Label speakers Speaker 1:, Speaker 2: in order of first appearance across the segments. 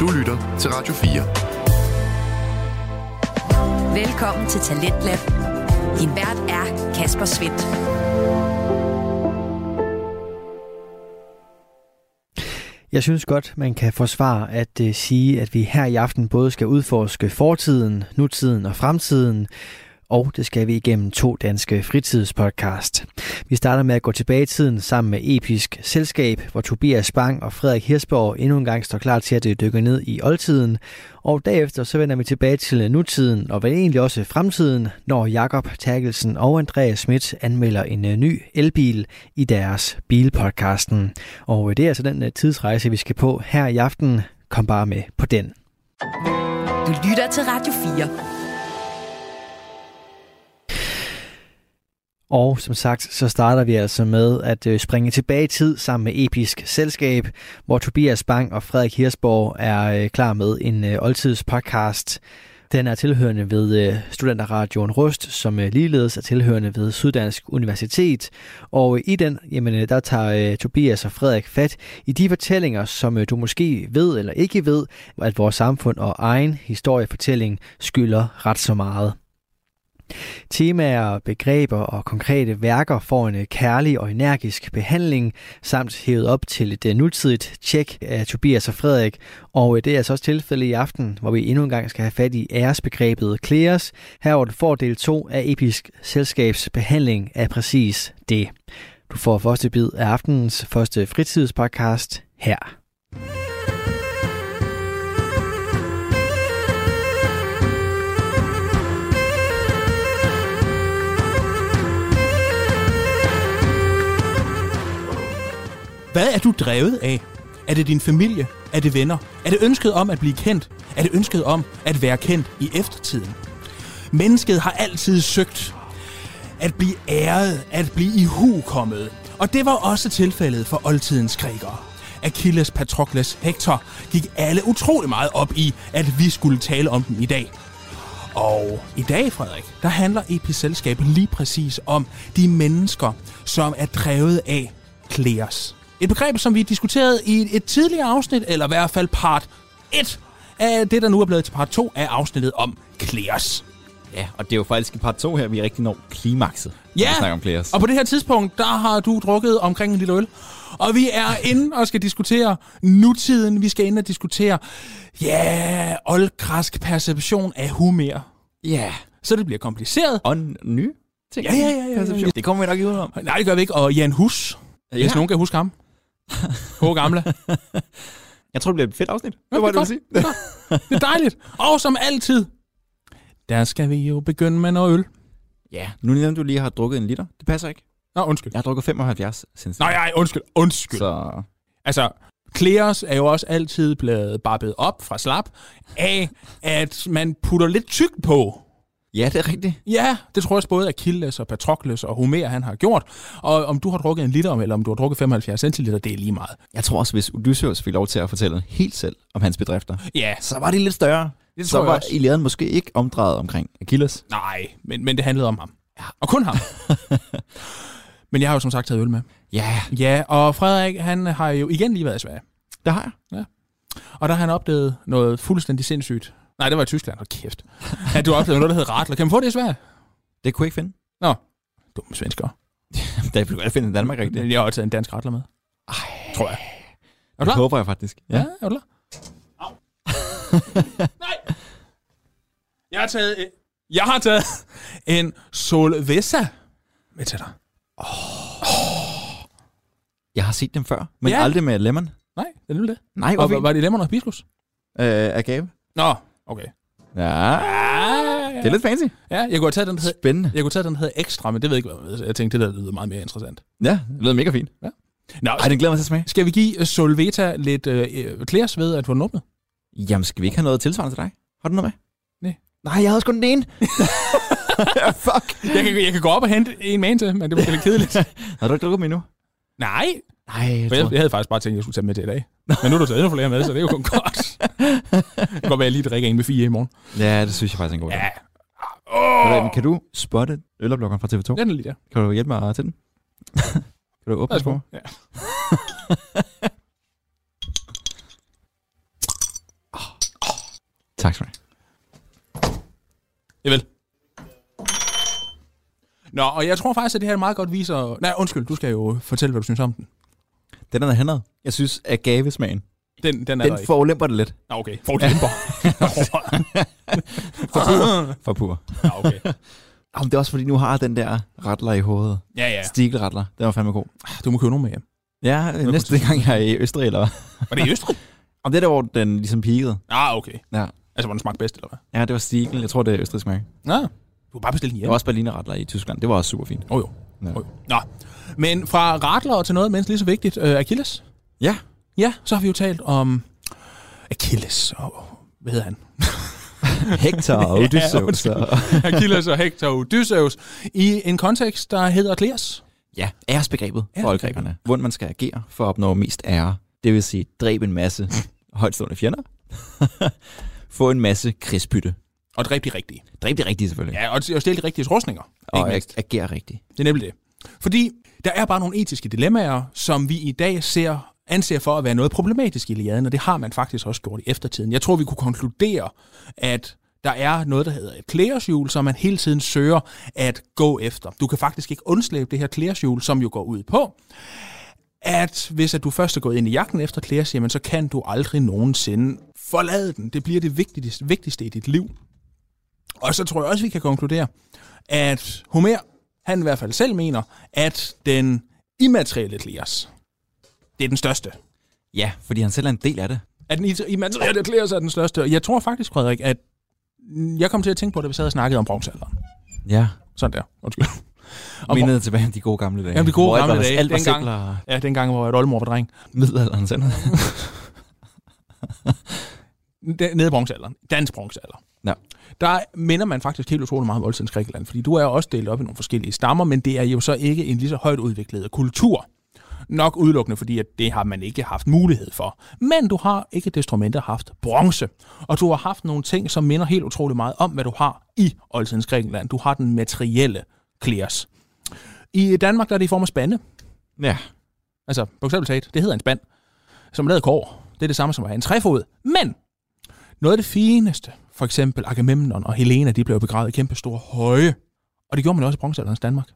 Speaker 1: Du lytter til Radio
Speaker 2: Velkommen til Talentlab. Din vært er Kasper Svendt.
Speaker 3: Jeg synes godt, man kan forsvare at øh, sige, at vi her i aften både skal udforske fortiden, nutiden og fremtiden, og det skal vi igennem to danske fritidspodcast. Vi starter med at gå tilbage i tiden sammen med Episk Selskab, hvor Tobias Bang og Frederik Hirsborg endnu en gang står klar til at øh, dykke ned i oldtiden. Og derefter så vender vi tilbage til øh, nutiden og vel egentlig også fremtiden, når Jakob Terkelsen og Andreas Schmidt anmelder en øh, ny elbil i deres bilpodcasten. Og øh, det er altså den øh, tidsrejse, vi skal på her i aften. Kom bare med på den.
Speaker 2: Du lytter til Radio 4.
Speaker 3: Og som sagt, så starter vi altså med at øh, springe tilbage i tid sammen med Episk Selskab, hvor Tobias Bang og Frederik Hirsborg er øh, klar med en øh, oldtidspodcast. Den er tilhørende ved øh, Studenterradioen Rust, som øh, ligeledes er tilhørende ved Syddansk Universitet. Og øh, i den, jamen, øh, der tager øh, Tobias og Frederik fat i de fortællinger, som øh, du måske ved eller ikke ved, at vores samfund og egen historiefortælling skylder ret så meget. Temaer, begreber og konkrete værker får en øh, kærlig og energisk behandling, samt hævet op til et øh, nutidigt tjek af Tobias og Frederik. Og øh, det er altså også tilfældet i aften, hvor vi endnu en gang skal have fat i æresbegrebet Kleres. Herover du får del 2 af Episk Selskabs behandling af præcis det. Du får første bid af aftenens første fritidspodcast her.
Speaker 4: Hvad er du drevet af? Er det din familie? Er det venner? Er det ønsket om at blive kendt? Er det ønsket om at være kendt i eftertiden? Mennesket har altid søgt at blive æret, at blive ihukommet. Og det var også tilfældet for oldtidens grækere. Achilles, Patrokles, Hector gik alle utrolig meget op i, at vi skulle tale om dem i dag. Og i dag, Frederik, der handler Episelskabet lige præcis om de mennesker, som er drevet af kleos. Et begreb, som vi diskuterede i et- et tidligere afsnit, eller i hvert fald part 1 af det, der nu er blevet til part 2 af afsnittet om kleos.
Speaker 5: Ja, og det er jo faktisk i part 2 her, vi rigtig når klimakset. når
Speaker 4: Ja,
Speaker 5: Vi snakker om Kleas.
Speaker 4: og på det her tidspunkt, der har du drukket omkring en lille øl. Og vi er inde og skal diskutere nutiden. Vi skal ind og diskutere, ja, oldgræsk perception af humør.
Speaker 5: Ja.
Speaker 4: Så det bliver kompliceret.
Speaker 5: Og en ny ting.
Speaker 4: Ja, ja, ja, ja, ja.
Speaker 5: Det kommer vi nok ikke udenom.
Speaker 4: Nej, det gør vi ikke. Og Jan Hus, ja. hvis nogen kan huske ham. Gode gamle.
Speaker 5: Jeg tror, det bliver et fedt afsnit.
Speaker 4: Ja, det var det, du sige. det er dejligt. Og som altid, der skal vi jo begynde med noget øl.
Speaker 5: Ja, nu nævnte du lige har drukket en liter. Det passer ikke.
Speaker 4: Nå, undskyld.
Speaker 5: Jeg har drukket 75 siden
Speaker 4: Nej, nej, undskyld. Undskyld. Så.
Speaker 5: Så
Speaker 4: Altså, Kleos er jo også altid blevet barbet op fra slap af, at man putter lidt tyk på.
Speaker 5: ja, det er rigtigt.
Speaker 4: Ja, det tror jeg også både Achilles og Patrokles og Homer, han har gjort. Og om du har drukket en liter, eller om du har drukket 75 centiliter, det er lige meget.
Speaker 5: Jeg tror også, hvis Odysseus fik lov til at fortælle helt selv om hans bedrifter,
Speaker 4: Ja,
Speaker 5: så var det lidt større.
Speaker 4: det
Speaker 5: Så
Speaker 4: tror jeg
Speaker 5: var
Speaker 4: også.
Speaker 5: Iliaden måske ikke omdrejet omkring Achilles.
Speaker 4: Nej, men, men det handlede om ham. Ja. Og kun ham. men jeg har jo som sagt taget øl med.
Speaker 5: Ja,
Speaker 4: Ja, og Frederik, han har jo igen lige været i Sverige.
Speaker 5: det har jeg.
Speaker 4: Og der har han opdaget noget fuldstændig sindssygt. Nej, det var i Tyskland. Hold kæft. At du opdagede noget, der hedder Radler. Kan man få det i Sverige?
Speaker 5: Det kunne jeg ikke finde.
Speaker 4: Dumme svensker.
Speaker 5: Det blev jeg finde i Danmark rigtigt.
Speaker 4: Men jeg har også taget en dansk Radler med. Ej. Tror jeg. Er du
Speaker 5: Det
Speaker 4: klar?
Speaker 5: håber jeg faktisk.
Speaker 4: Ja, er du klar? Au. Nej! Jeg har taget en, jeg har taget en Solvesa med til dig.
Speaker 5: Jeg har set dem før, men
Speaker 4: Ja.
Speaker 5: ja. aldrig med lemon.
Speaker 4: Nej, det er nemlig det.
Speaker 5: Nej, hvor
Speaker 4: Og, var,
Speaker 5: fint.
Speaker 4: var det lemon og hibiscus?
Speaker 5: Øh, agave.
Speaker 4: Nå, okay. Ah,
Speaker 5: Ja, det er lidt fancy.
Speaker 4: Ja, jeg kunne have taget den, der hed,
Speaker 5: Spændende.
Speaker 4: jeg kunne tage den, der hed ekstra, men det ved jeg ikke, hvad jeg tænkte, det der lyder meget mere interessant.
Speaker 5: Ja, det lyder mega fint.
Speaker 4: Nå,
Speaker 5: Ej, den glæder mig til at smage.
Speaker 4: skal vi give øh, Solveta lidt øh, klæres ved, at få den åbnet?
Speaker 5: Jamen, skal vi ikke have noget tilsvarende til dig? Har du noget med?
Speaker 4: Nej.
Speaker 5: Nej, jeg havde også kun den ene. Fuck.
Speaker 4: Jeg kan, jeg kan gå op og hente en mand til, men det bliver lidt kedeligt.
Speaker 5: Har du ikke drukket dem endnu?
Speaker 4: Nej,
Speaker 5: Nej, jeg
Speaker 4: for jeg, jeg havde faktisk bare tænkt, at jeg skulle tage med til i dag. Men nu er du taget endnu flere med, så det er jo kun godt. Det kan godt være, at jeg lige drikker en med fire i morgen.
Speaker 5: Ja, det synes jeg faktisk er en god idé.
Speaker 4: Ja.
Speaker 5: Ved du
Speaker 4: Åh!
Speaker 5: hvad, Kan du spotte øloplukkeren fra TV2?
Speaker 4: Den er lige der.
Speaker 5: Kan du hjælpe mig til den? kan du åbne den
Speaker 4: Værsgo.
Speaker 5: for mig?
Speaker 4: Ja.
Speaker 5: Ah. Tak skal du have.
Speaker 4: Javel. Nå, og jeg tror faktisk, at det her meget godt viser... Nej, undskyld, du skal jo fortælle, hvad du synes om den.
Speaker 5: Den er der hernede. Jeg synes, at gavesmagen,
Speaker 4: Den, den er der
Speaker 5: den
Speaker 4: ikke.
Speaker 5: forulemper det lidt.
Speaker 4: Nå, okay. For dæmper.
Speaker 5: For pur.
Speaker 4: Nå, okay.
Speaker 5: Jamen, det er også fordi, nu har den der retler i hovedet.
Speaker 4: Ja, ja.
Speaker 5: Ja. Stikkelretler. Den var fandme god.
Speaker 4: Du må købe nogen med hjem.
Speaker 5: Ja, øh, næste gang jeg er i Østrig, eller hvad?
Speaker 4: Var det i Østrig?
Speaker 5: Om det er der, hvor den ligesom peakede.
Speaker 4: Ah, okay.
Speaker 5: Ja.
Speaker 4: Altså, hvor den smagte bedst, eller hvad?
Speaker 5: Ja, det var Stiegel. Jeg tror, det er østrigsk mærke.
Speaker 4: Nå. Du har bare bestilt den
Speaker 5: Der
Speaker 4: hjem.
Speaker 5: var også Berlinerretler i Tyskland. Det var også super fint.
Speaker 4: Åh oh, jo.
Speaker 5: Ja.
Speaker 4: Oh, jo. Nå. Men fra Radler til noget mindst lige så vigtigt, øh, Achilles.
Speaker 5: Ja.
Speaker 4: Ja, så har vi jo talt om Achilles. Og, hvad hedder han?
Speaker 5: Hector og Odysseus.
Speaker 4: undskyld.
Speaker 5: og...
Speaker 4: Achilles og Hector Odysseus i en kontekst, der hedder Kleos.
Speaker 5: Ja, æresbegrebet for
Speaker 4: Æresbegrebet.
Speaker 5: oldgrækerne. Hvordan man skal agere for at opnå mest ære. Det vil sige, dræbe en masse højtstående fjender. Få en masse krigsbytte.
Speaker 4: Og dræb de rigtige.
Speaker 5: Dræb det rigtige selvfølgelig.
Speaker 4: Ja, og, og stille de rigtige rustninger.
Speaker 5: og
Speaker 4: ikke
Speaker 5: ag- agere rigtigt.
Speaker 4: Det er nemlig det. Fordi der er bare nogle etiske dilemmaer, som vi i dag ser, anser for at være noget problematisk i Iliaden, og det har man faktisk også gjort i eftertiden. Jeg tror, vi kunne konkludere, at der er noget, der hedder et klæreshjul, som man hele tiden søger at gå efter. Du kan faktisk ikke undslæbe det her klæreshjul, som jo går ud på, at hvis at du først er gået ind i jagten efter klæres, jamen så kan du aldrig nogensinde forlade den. Det bliver det vigtigste, vigtigste i dit liv. Og så tror jeg også, vi kan konkludere, at Homer, han i hvert fald selv mener, at den immaterielle Kleos, det er den største.
Speaker 5: Ja, fordi han selv er en del af det.
Speaker 4: At den i- immaterielle Kleos er den største. Og jeg tror faktisk, Frederik, at mm, jeg kom til at tænke på det, vi sad og snakkede om bronzealderen.
Speaker 5: Ja,
Speaker 4: Sådan der. Undskyld.
Speaker 5: og
Speaker 4: Og
Speaker 5: mindede tilbage om de gode gamle dage.
Speaker 4: Jamen, de gode
Speaker 5: hvor alt
Speaker 4: gamle
Speaker 5: var-
Speaker 4: dage.
Speaker 5: Alt var
Speaker 4: Dengang.
Speaker 5: simplere.
Speaker 4: Ja, dengang, hvor jeg et oldemor var dreng.
Speaker 5: Middelalderen sådan noget.
Speaker 4: Den- nede i bronzealderen, dansk bronzealder,
Speaker 5: Ja.
Speaker 4: der minder man faktisk helt utrolig meget om oldtidens Grækenland, fordi du er jo også delt op i nogle forskellige stammer, men det er jo så ikke en lige så højt udviklet kultur. Nok udelukkende, fordi at det har man ikke haft mulighed for. Men du har ikke desto mindre haft bronze. Og du har haft nogle ting, som minder helt utrolig meget om, hvad du har i oldtidens Grækenland. Du har den materielle klæres. I Danmark der er det i form af spande.
Speaker 5: Ja.
Speaker 4: Altså, bogstaveligt talt, det hedder en spand, som er lavet af kår. Det er det samme som at have en træfod. Men noget af det fineste, for eksempel Agamemnon og Helena, de blev begravet i kæmpe store høje. Og det gjorde man også i bronzealderens Danmark.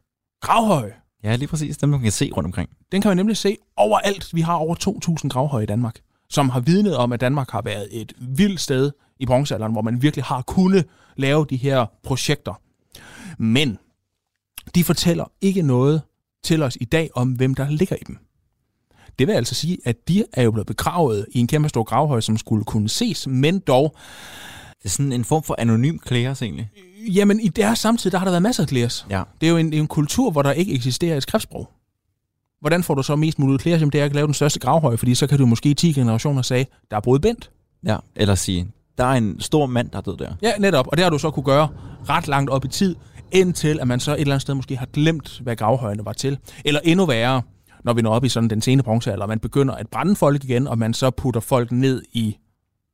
Speaker 4: Gravhøje.
Speaker 5: ja, lige præcis. Dem, man kan se rundt omkring.
Speaker 4: Den kan man nemlig se overalt. Vi har over 2.000 gravhøje i Danmark, som har vidnet om, at Danmark har været et vildt sted i bronzealderen, hvor man virkelig har kunnet lave de her projekter. Men de fortæller ikke noget til os i dag om, hvem der ligger i dem. Det vil altså sige, at de er jo blevet begravet i en kæmpe stor gravhøj, som skulle kunne ses, men dog
Speaker 5: Det er sådan en form for anonym klæres egentlig.
Speaker 4: Jamen, i deres samtid, der har der været masser af klæres.
Speaker 5: Ja.
Speaker 4: Det er jo en, en kultur, hvor der ikke eksisterer et skriftsprog. Hvordan får du så mest muligt klæres? Jamen, det er at lave den største gravhøj, fordi så kan du måske i 10 generationer sige, der er både bent.
Speaker 5: Ja. Eller sige, der er en stor mand, der er død der.
Speaker 4: Ja, netop. Og det har du så kunne gøre ret langt op i tid, indtil at man så et eller andet sted måske har glemt, hvad gravhøjene var til. Eller endnu værre, når vi når op i sådan den sene bronzealder, og man begynder at brænde folk igen, og man så putter folk ned i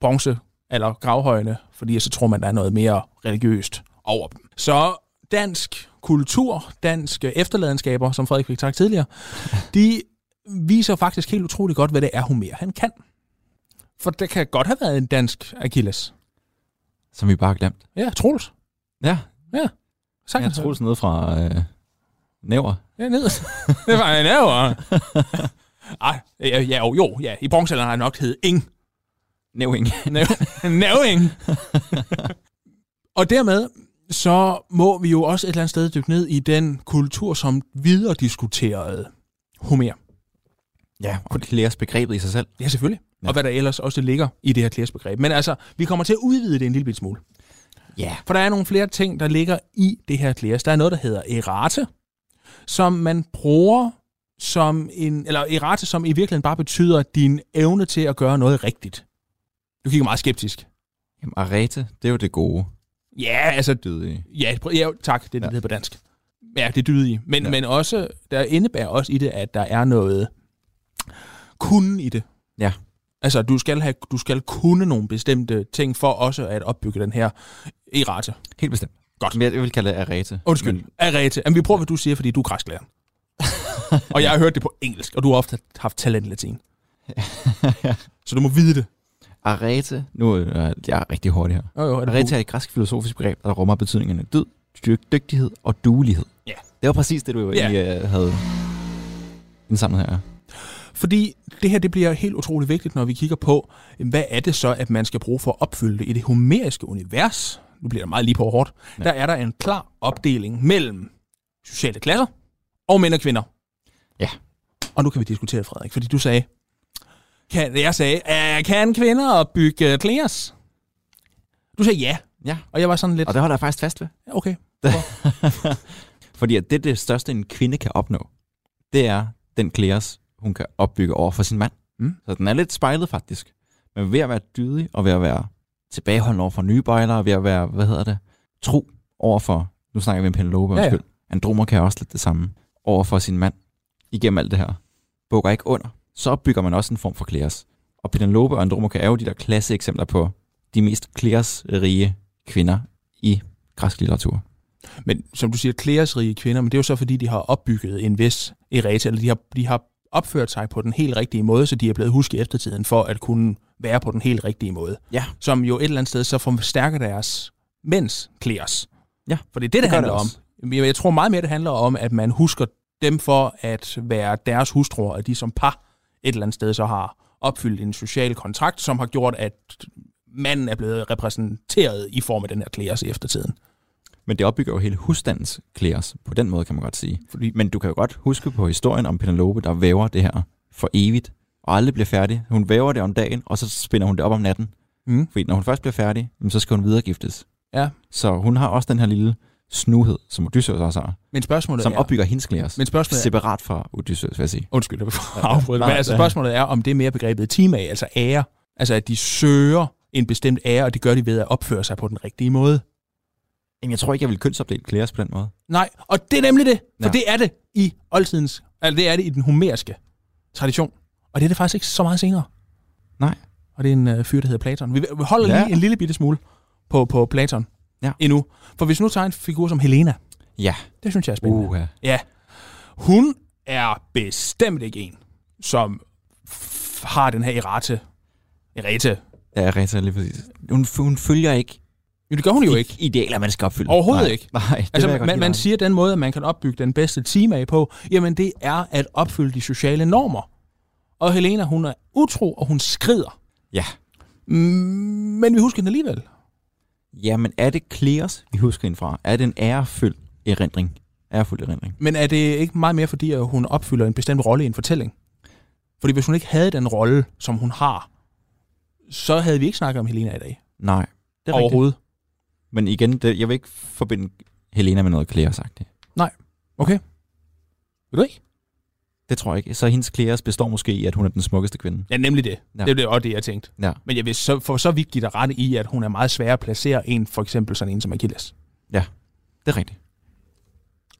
Speaker 4: bronze eller gravhøjene, fordi så tror man, der er noget mere religiøst over dem. Så dansk kultur, danske efterladenskaber, som Frederik fik sagt tidligere, de viser faktisk helt utroligt godt, hvad det er, Homer han kan. For der kan godt have været en dansk Achilles.
Speaker 5: Som vi bare har glemt.
Speaker 4: Ja, Troels.
Speaker 5: Ja,
Speaker 4: Sagtens.
Speaker 5: jeg tror sådan noget fra øh, Næver.
Speaker 4: Ja, ned. det var en ærger. Ej, ja, ja, jo, jo, ja. I bronzealderen har han nok hed Ing.
Speaker 5: Næving.
Speaker 4: Næving. og dermed så må vi jo også et eller andet sted dykke ned i den kultur, som videre diskuterede Homer.
Speaker 5: ja, og klæres begrebet i sig selv.
Speaker 4: Ja, selvfølgelig.
Speaker 5: Ja.
Speaker 4: Ja. Og hvad der ellers også ligger i det her klæresbegreb. Men altså, vi kommer til at udvide det en lille bit smule.
Speaker 5: Ja.
Speaker 4: For der er nogle flere ting, der ligger i det her klæres. Der er noget, der hedder erate, som man bruger som en, eller erate, som i virkeligheden bare betyder din evne til at gøre noget rigtigt. Du kigger meget skeptisk.
Speaker 5: Jamen, arete, det er jo det gode.
Speaker 4: Ja, altså,
Speaker 5: Dydige.
Speaker 4: ja, pr- ja tak, det er det,
Speaker 5: Ja.
Speaker 4: ja. hedder på dansk. Ja, det er dydige. Men,
Speaker 5: Ja.
Speaker 4: ja. men også, der indebærer også i det, at der er noget kun i det.
Speaker 5: Ja.
Speaker 4: Altså, du skal, have, du skal kunne nogle bestemte ting for også at opbygge den her erate.
Speaker 5: Helt bestemt. Godt. Men jeg vil kalde det arete.
Speaker 4: Undskyld,
Speaker 5: Men,
Speaker 4: men... Arete. Jamen, vi prøver, hvad du siger, fordi du er græsklærer. og jeg har hørt det på engelsk, og du har ofte haft talentlatin. Så du må vide det.
Speaker 5: Arete, nu er jeg rigtig hurtig her.
Speaker 4: Jo, jo, er
Speaker 5: Arete er et græsk filosofisk begreb, der rummer betydningerne død, dyr- dygtighed og duelighed.
Speaker 4: Ja.
Speaker 5: Det var præcis det, du
Speaker 4: Ja.
Speaker 5: egentlig øh, havde indsamlet her.
Speaker 4: Fordi det her det bliver helt utroligt vigtigt, når vi kigger på, hvad er det så, at man skal bruge for at opfylde det i det homeriske univers. Nu bliver det meget lige på hårdt. Ja.
Speaker 5: Ja.
Speaker 4: Der er der en klar opdeling mellem sociale klasser og mænd og kvinder.
Speaker 5: Ja.
Speaker 4: Og nu kan vi diskutere, Frederik, fordi du sagde, kan, jeg sagde, "Øh, kan kvinder opbygge kleas? Du sagde ja,
Speaker 5: Ja,
Speaker 4: og jeg var sådan lidt,
Speaker 5: og det holder jeg faktisk fast ved.
Speaker 4: "Ja, okay,
Speaker 5: Fordi at det, det største, en kvinde kan opnå, det er den klæres, hun kan opbygge over for sin mand.
Speaker 4: Mm.
Speaker 5: Så den er lidt spejlet faktisk. Men ved at være dydig, og ved at være tilbageholdende over for nye bøjler, og ved at være, hvad hedder det, tro over for, nu snakker vi om Penelope,
Speaker 4: Ja, ja.
Speaker 5: ja, ja. Andromer kan også lidt det samme, over for sin mand, igennem alt det her. Bukker ikke under. Så opbygger man også en form for klæres. Og Penelope og Andromer er jo de der klasseeksempler på de mest klæresrige kvinder i græsk litteratur.
Speaker 4: Men som du siger, klæresrige kvinder, men det er jo så fordi, de har opbygget en vis ereta, eller de har, de har opført sig på den helt rigtige måde, så de er blevet husket i eftertiden for at kunne være på den helt rigtige måde.
Speaker 5: Ja.
Speaker 4: Som jo et eller andet sted så forstærker deres mænds klæres.
Speaker 5: Ja,
Speaker 4: For det er det, det, det
Speaker 5: gør
Speaker 4: handler
Speaker 5: det
Speaker 4: om.
Speaker 5: også.
Speaker 4: Men Jeg jeg tror meget mere, det handler om, at man husker dem for at være deres hustruer, og de som par et eller andet sted så har opfyldt en social kontrakt, som har gjort, at manden er blevet repræsenteret i form af den her klæres i eftertiden.
Speaker 5: Men det opbygger jo hele husstandens klæres, på den måde kan man godt sige.
Speaker 4: Fordi
Speaker 5: Men du kan jo godt huske på historien om Penelope, der væver det her for evigt, og aldrig bliver færdig. Hun væver det om dagen, og så spinder hun det op om natten.
Speaker 4: Mm.
Speaker 5: Fordi når hun først bliver færdig, jamen, så skal hun videregiftes.
Speaker 4: Ja.
Speaker 5: Så hun har også den her lille snuhed, som Odysseus også har,
Speaker 4: Men spørgsmålet
Speaker 5: som
Speaker 4: er...
Speaker 5: opbygger hendes klæres.
Speaker 4: Men spørgsmålet er...
Speaker 5: Separat fra Odysseus, vil jeg sige.
Speaker 4: Undskyld, jeg vil afbryde. Men
Speaker 5: Nej,
Speaker 4: altså,
Speaker 5: det-
Speaker 4: spørgsmålet er, om det er mere begrebet tema, altså ære. Altså, at de søger en bestemt ære, og det gør de ved at opføre sig på den rigtige måde.
Speaker 5: Jamen, jeg tror ikke, jeg vil kønsopdele klæres på den måde.
Speaker 4: Nej, og det er nemlig det. For ja.
Speaker 5: Ja.
Speaker 4: det er det i oldtidens... Altså, det er det i den homerske tradition. Og det er det faktisk ikke så meget senere.
Speaker 5: Nej.
Speaker 4: Og det er en øh, fyr, der hedder Platon. Vi vi holder ja.
Speaker 5: Ja.
Speaker 4: lige en lille bitte smule på, på Platon
Speaker 5: Ja.
Speaker 4: endnu. For hvis nu tager en figur som Helena,
Speaker 5: Ja.
Speaker 4: det synes jeg er spændende.
Speaker 5: Uh,
Speaker 4: Ja. Hun er bestemt ikke en, som f- har den her erate. Erate.
Speaker 5: ja, Rita, lige præcis. Hun, hun følger ikke
Speaker 4: Jo, det gør hun jo ikke.
Speaker 5: idealer, man skal opfylde.
Speaker 4: Overhovedet
Speaker 5: Nej.
Speaker 4: ikke.
Speaker 5: Nej, det vil
Speaker 4: Altså,
Speaker 5: jeg godt
Speaker 4: man,
Speaker 5: give
Speaker 4: man
Speaker 5: dig.
Speaker 4: siger den måde, at man kan opbygge den bedste team af på, jamen det er at opfylde de sociale normer. Og Helena, hun er utro, og hun skrider.
Speaker 5: Ja.
Speaker 4: Mm, men vi husker den alligevel.
Speaker 5: Jamen, er det Clears, vi husker hende fra? Er det en ærefuld erindring? Ærefuld erindring.
Speaker 4: Men er det ikke meget mere, fordi at hun opfylder en bestemt rolle i en fortælling? Fordi hvis hun ikke havde den rolle, som hun har, så havde vi ikke snakket om Helena i dag.
Speaker 5: Nej. Det er rigtigt.
Speaker 4: Overhovedet.
Speaker 5: Men igen, det, jeg vil ikke forbinde Helena med noget Clears det.
Speaker 4: Okay. Vil du ikke?
Speaker 5: Det tror jeg ikke. Så hendes Clears består måske i, at hun er den smukkeste kvinde.
Speaker 4: Ja, nemlig det. Ja.
Speaker 5: Ja.
Speaker 4: Det er det, også det, jeg tænkte.
Speaker 5: Ja.
Speaker 4: Men jeg vil så, for så vidt give dig ret i, at hun er meget svær at placere en, for eksempel sådan en som Achilles.
Speaker 5: Det er rigtigt.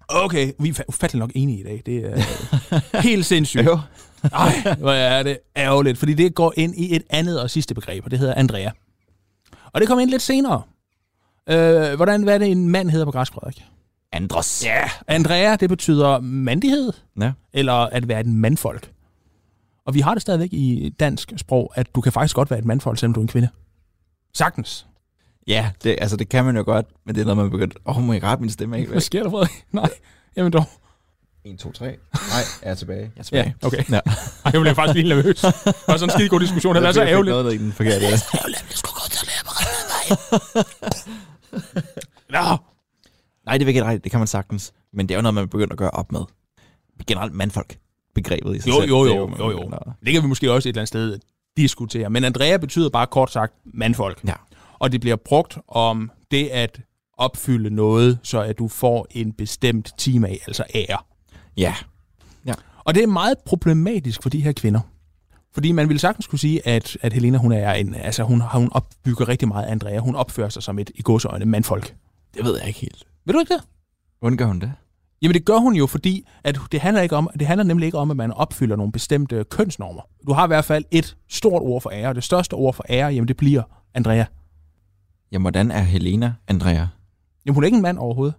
Speaker 4: Okay, vi er fa- ufattelig nok enige i dag. Det er helt sindssygt.
Speaker 5: Jo.
Speaker 4: Ej, hvor er det ærgerligt, fordi det går ind i et andet og sidste begreb, og det hedder Andrea. Og det kommer ind lidt senere. Øh, hvordan, hvad er det, en mand hedder på græsk, Frederik?
Speaker 5: Andros.
Speaker 4: Ja, Andrea, det betyder mandighed.
Speaker 5: ja.
Speaker 4: eller at være et mandfolk. Og vi har det stadigvæk i dansk sprog, at du kan faktisk godt være et mandfolk, selvom du er en kvinde. Sagtens.
Speaker 5: Ja, det, altså det kan man jo godt, men det er noget, man begynder... Åh, oh, må jeg rette min stemme af?
Speaker 4: Hvad sker der, Frederik? Nej, jamen dog.
Speaker 5: 1, 2, 3. Nej, jeg er tilbage. Jeg er
Speaker 4: Ja,
Speaker 5: tilbage.
Speaker 4: okay.
Speaker 5: Ja.
Speaker 4: Ej, jeg blev faktisk lige nervøs. Det var sådan en skide god diskussion. Det er altså så
Speaker 5: Jeg fik
Speaker 4: ærgerligt.
Speaker 5: Noget, der er i den forkerte.
Speaker 4: Nå,
Speaker 5: Nej, det er ikke rigtigt. Det kan man sagtens. Men det er jo noget, man begynder at gøre op med. Generelt mandfolk begrebet i sig
Speaker 4: Jo,
Speaker 5: selv.
Speaker 4: jo,
Speaker 5: det er
Speaker 4: jo,
Speaker 5: man
Speaker 4: jo, jo.
Speaker 5: begynder at-
Speaker 4: Det kan vi måske også et eller andet sted diskutere. Men Andrea betyder bare kort sagt mandfolk.
Speaker 5: Ja.
Speaker 4: Og det bliver brugt om det at opfylde noget, så at du får en bestemt time af, altså ære.
Speaker 5: Ja,
Speaker 4: Og det er meget problematisk for de her kvinder. Fordi man ville sagtens kunne sige, at, at Helena, hun er en, altså hun, hun opbygger rigtig meget af Andrea. Hun opfører sig som et i godsøjne mandfolk.
Speaker 5: det ved jeg ikke helt.
Speaker 4: Ved du ikke det?
Speaker 5: Hvordan gør hun det?
Speaker 4: Jamen det gør hun jo, fordi at det, handler ikke om, det handler nemlig ikke om, at man opfylder nogle bestemte kønsnormer. Du har i hvert fald et stort ord for ære, og det største ord for ære, jamen det bliver Andrea.
Speaker 5: Jamen, hvordan er Helena Andrea?
Speaker 4: Jamen hun er ikke en mand overhovedet,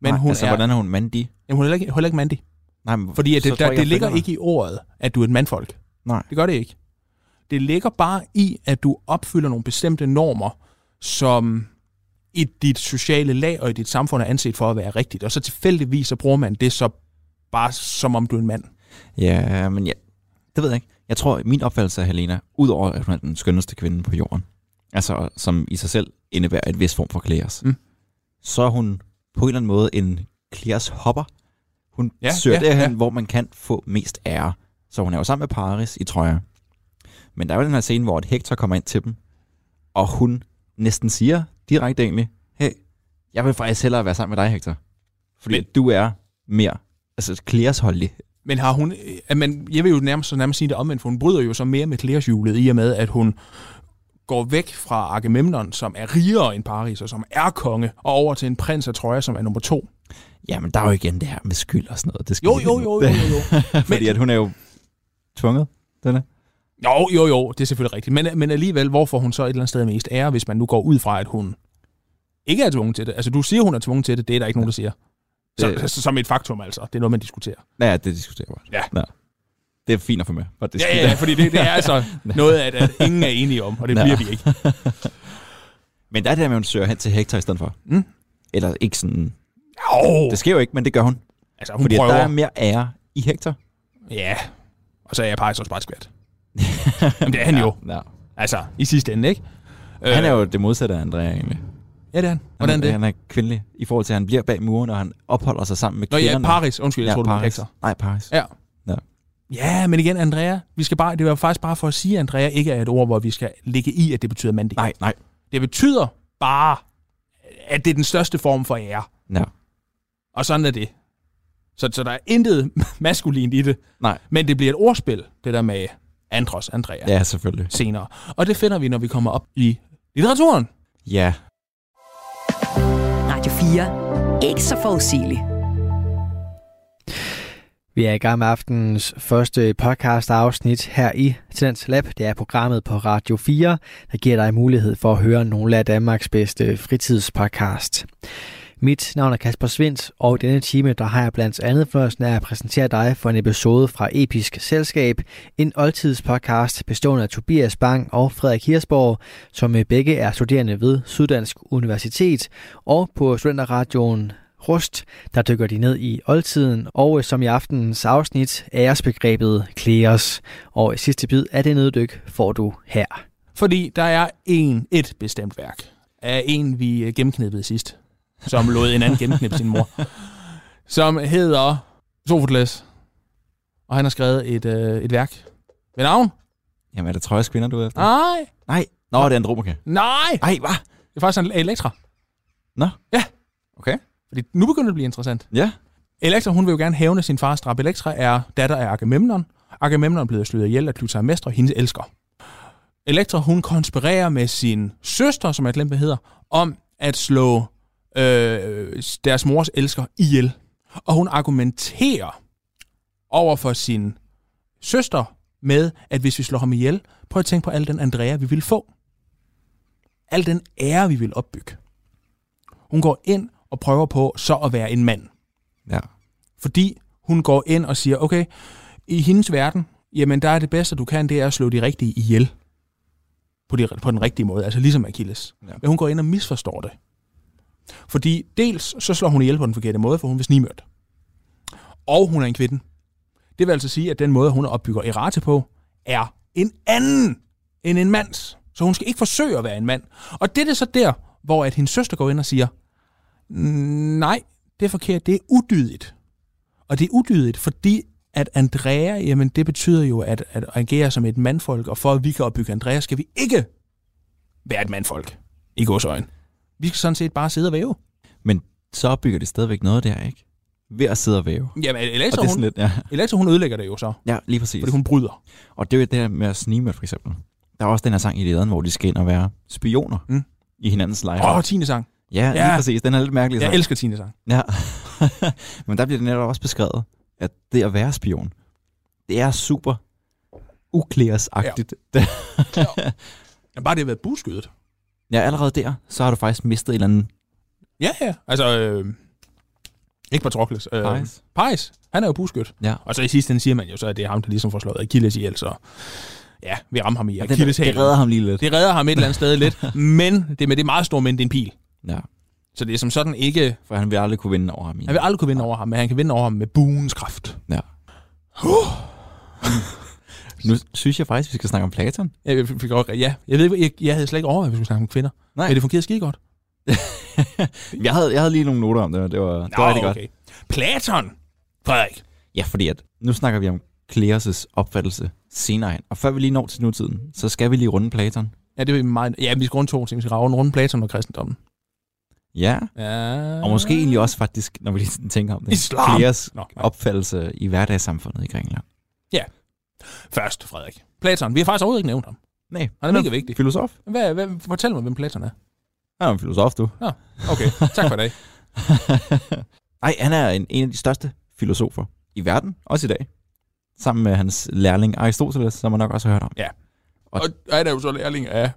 Speaker 4: men
Speaker 5: Nej,
Speaker 4: hun,
Speaker 5: altså,
Speaker 4: er,
Speaker 5: hvordan er hun mandig?
Speaker 4: jamen, hun er heller ikke, heller ikke mandig.
Speaker 5: Nej, men
Speaker 4: Fordi at
Speaker 5: så
Speaker 4: det,
Speaker 5: tror
Speaker 4: der,
Speaker 5: jeg,
Speaker 4: det
Speaker 5: jeg
Speaker 4: ligger
Speaker 5: finder
Speaker 4: ikke i ordet, at du er et mandfolk.
Speaker 5: dig. Nej.
Speaker 4: Det gør det ikke. Det ligger bare i, at du opfylder nogle bestemte normer, som i dit sociale lag og i dit samfund er anset for at være rigtigt. Og så tilfældigvis, så bruger man det så bare som om du er en mand.
Speaker 5: Ja, men ja, det ved jeg ikke. Jeg tror, min opfattelse af Helena, udover at hun er den skønneste kvinde på jorden, altså som i sig selv indebærer et vis form for klæres,
Speaker 4: Mm.
Speaker 5: mm. så er hun på en eller anden måde en klæres hopper. Hun
Speaker 4: Ja,
Speaker 5: ja, søger
Speaker 4: ja,
Speaker 5: ja, derhen,
Speaker 4: ja.
Speaker 5: ja. hvor man kan få mest ære. Så hun er jo sammen med Paris i trøjer. Men der er jo den her scene, hvor et Hector kommer ind til dem, og hun næsten siger direkte egentlig, hey, jeg vil faktisk hellere være sammen med dig, Hector. Fordi
Speaker 4: Men-
Speaker 5: Men... du er mere altså, klæresholdig.
Speaker 4: Men har hun, øh, men jeg vil jo nærmest, så nærmest sige det omvendt, for hun bryder jo så mere med klærshjulet, i og med, at hun går væk fra Agamemnon, som er rigere end Paris, og som er konge, og over til en prins af Troja, som er nummer to.
Speaker 5: Jamen, der er jo igen det her med skyld og sådan noget. Det skal
Speaker 4: Jo,
Speaker 5: vi-
Speaker 4: jo, jo, jo, jo. jo.
Speaker 5: Fordi at hun er jo tvunget, den er.
Speaker 4: Jo, jo, jo, det er selvfølgelig rigtigt. Men, men alligevel, hvorfor hun så et eller andet sted mest ære, hvis man nu går ud fra, at hun ikke er tvunget til det? Altså, du siger, hun er tvunget til det, det er der ikke nogen, der siger. Så,
Speaker 5: Det-
Speaker 4: det... Som et faktum, altså. Det er noget, man diskuterer.
Speaker 5: Ja, det diskuterer jeg
Speaker 4: Ja.
Speaker 5: Nå. Det er fint at få med. Og det
Speaker 4: Ja, ja, ja, fordi det, det er altså noget, at, at ingen er enige om, og det
Speaker 5: Nej.
Speaker 4: bliver vi ikke.
Speaker 5: Men der er det der med, at hun søger hen til Hector i stedet for.
Speaker 4: Mm.
Speaker 5: Eller ikke sådan...
Speaker 4: Jo,
Speaker 5: Det sker jo ikke, men det gør hun. hun
Speaker 4: altså, hun
Speaker 5: fordi at
Speaker 4: prøver.
Speaker 5: der er mere ære i Hector.
Speaker 4: Ja, og så er jeg faktisk også bare et skvat. Jamen, det er han
Speaker 5: ja,
Speaker 4: jo.
Speaker 5: Ja.
Speaker 4: Altså, i sidste ende, ikke?
Speaker 5: Han er jo det modsatte af Andrea, egentlig. Han
Speaker 4: Ja, det er han. Hvordan
Speaker 5: er,
Speaker 4: det?
Speaker 5: Han er kvindelig i forhold til, at han bliver bag muren, og han opholder sig sammen med
Speaker 4: Nå, ja,
Speaker 5: kvinderne.
Speaker 4: Paris. Undskyld, jeg ja,
Speaker 5: ja,
Speaker 4: troede,
Speaker 5: Paris.
Speaker 4: du var
Speaker 5: Nej, Paris.
Speaker 4: Ja.
Speaker 5: Ja.
Speaker 4: Ja, men igen, Andrea, vi skal bare, det var faktisk bare for at sige, at Andrea ikke er et ord, hvor vi skal ligge i, at det betyder mandig.
Speaker 5: Nej, nej.
Speaker 4: Det betyder bare, at det er den største form for ære.
Speaker 5: Ja.
Speaker 4: Og sådan er det. Så, så der er intet maskulint i det.
Speaker 5: Nej.
Speaker 4: Men det bliver et ordspil, det der med Andros Andrea ja.
Speaker 5: ja, selvfølgelig.
Speaker 4: senere. Og det finder vi, når vi kommer op i litteraturen.
Speaker 5: Ja,
Speaker 2: Radio 4. Ikke så forudsigelig.
Speaker 3: Vi er i gang med aftenens første podcast afsnit her i Tendens Lab. Det er programmet på Radio 4, der giver dig mulighed for at høre nogle af Danmarks bedste fritidspodcast. Mit navn er Kasper Svindt, og i denne time der har jeg blandt andet fornøjelsen af at præsentere dig for en episode fra Episk Selskab, en oldtidspodcast bestående af Tobias Bang og Frederik Hirsborg, som øh, begge er studerende ved Syddansk Universitet, og på Studenterradioen Rust, der dykker de ned i oldtiden, og øh, som i aftenens afsnit, æresbegrebet klæres. Og i sidste bid af det neddyk får du her.
Speaker 4: Fordi der er en, et bestemt værk af en, vi øh, gennemknippede sidst, som lod en anden gennemknippe sin mor, som hedder Sofokles. Og han har skrevet et, øh, et værk med navn?
Speaker 5: jamen er det trøjes kvinder, du er efter?
Speaker 4: Nej,
Speaker 5: Nej. Nå, det er Andromaka.
Speaker 4: nej,
Speaker 5: Ej, hvad?
Speaker 4: det er faktisk en Elektra.
Speaker 5: Nå.
Speaker 4: Ja.
Speaker 5: Okay.
Speaker 4: Fordi nu begynder det at blive interessant.
Speaker 5: Ja.
Speaker 4: Elektra, hun vil jo gerne hævne sin fars drab. Elektra er datter af Agamemnon. Agamemnon er blevet slået ihjel af Clytemnestra, hendes elsker. Elektra, hun konspirerer med sin søster, som jeg glemte, hvad hedder, om at slå øh, deres mors elsker ihjel. Og hun argumenterer over for sin søster med, at hvis vi slår ham ihjel, prøv at tænke på al den Andrea, vi ville få. Al den ære, vi ville opbygge. Hun går ind og prøver på så at være en mand.
Speaker 5: Ja.
Speaker 4: Fordi hun går ind og siger, okay, i hendes verden, jamen der er det bedste, du kan, det er at slå de rigtige ihjel. På, de, på den rigtige måde, altså ligesom Achilles. Ja.
Speaker 5: Ja.
Speaker 4: Men hun går ind og misforstår det. Fordi dels så slår hun ihjel på den forkerte måde, for hun vil snimørt. Og hun er en kvinde. Det vil altså sige, at den måde, hun opbygger erate på, er en anden end en mands. Så hun skal ikke forsøge at være en mand. Og det er så der, hvor at hendes søster går ind og siger, nej, det er forkert, det er udydigt. Og det er udydigt, fordi at Andrea, jamen det betyder jo at, at agere som et mandfolk, og for at vi kan opbygge Andrea, skal vi ikke være et mandfolk. I gods øjne. Vi skal sådan set bare sidde og væve.
Speaker 5: Men så opbygger det stadigvæk noget der, ikke? Ved at sidde og væve.
Speaker 4: Jamen,
Speaker 5: Og
Speaker 4: Elektra,
Speaker 5: det er sådan
Speaker 4: hun,
Speaker 5: lidt, ja.
Speaker 4: Elektra, hun ødelægger det jo så,
Speaker 5: Ja, lige præcis.
Speaker 4: fordi hun bryder.
Speaker 5: Og det er jo det her med at snige med, for eksempel. Der er også den her sang i lederen, hvor de skal ind og være spioner
Speaker 4: Mm.
Speaker 5: mm. i hinandens lejre.
Speaker 4: Åh, oh, Tine sang.
Speaker 5: ja, lige
Speaker 4: ja.
Speaker 5: præcis. Den er lidt mærkelig.
Speaker 4: Jeg
Speaker 5: sang.
Speaker 4: elsker Tine sang.
Speaker 5: ja. Men der bliver det netop også beskrevet, at det at være spion, det er super uklæresagtigt. Ja.
Speaker 4: Men bare det at være buskydet.
Speaker 5: ja, allerede der, så har du faktisk mistet en eller anden
Speaker 4: Ja, ja. Altså, øh, ikke Patrokles. Øh,
Speaker 5: Paris.
Speaker 4: Paris. Han er jo buskyt.
Speaker 5: Ja.
Speaker 4: Og så i sidste ende siger man jo så, at det er ham, der ligesom får slået Achilles ihjel, så Ja, vi rammer ham i
Speaker 5: Ja, det, det
Speaker 4: akilleshælen.
Speaker 5: redder ham lige lidt.
Speaker 4: det redder ham et eller andet sted lidt, men det er med det meget store men, det er en pil.
Speaker 5: Ja,
Speaker 4: Så det er som sådan ikke...
Speaker 5: for han vil aldrig kunne vinde over ham.
Speaker 4: Han vil aldrig kunne vinde over ham, men han kan vinde over ham med buens kraft.
Speaker 5: Ja. nu synes jeg faktisk, vi skal snakke om Platon.
Speaker 4: Jeg, fik, også- ja, jeg ved ikke, jeg, jeg havde slet ikke overvejet, at vi skulle snakke om kvinder.
Speaker 5: Nej.
Speaker 4: Men det fungerede skide godt.
Speaker 5: Jeg havde, jeg havde lige nogle noter om det, og det var, det var rigtig godt.
Speaker 4: okay. Platon, Frederik.
Speaker 5: Ja, fordi at nu snakker vi om Kleos' opfattelse senere hen. Og før vi lige når til nutiden, så skal vi lige runde Platon.
Speaker 4: Ja, det er meget... Ja, vi skal runde to ting. Vi skal runde, runde Platon og kristendommen.
Speaker 5: Ja,
Speaker 4: Ja.
Speaker 5: og måske egentlig også faktisk, når vi lige tænker om det,
Speaker 4: Islam.
Speaker 5: Kleos
Speaker 4: Nå, nej.
Speaker 5: opfattelse i hverdagssamfundet i Grækenland.
Speaker 4: Først, Frederik. Platon. Vi har faktisk overhovedet ikke nævnt ham.
Speaker 5: Nej,
Speaker 4: Han er mega vigtig.
Speaker 5: Filosof?
Speaker 4: Hvad, hvad, fortæl mig, hvem Platon er.
Speaker 5: Han er en filosof, du.
Speaker 4: Okay, tak for i dag.
Speaker 5: Nej, han er en, en af de største filosofer i verden, også i dag. Sammen med hans lærling Aristoteles, som man nok også har hørt om.
Speaker 4: Ja.
Speaker 5: Og-
Speaker 4: Og, og han er jo så lærling af,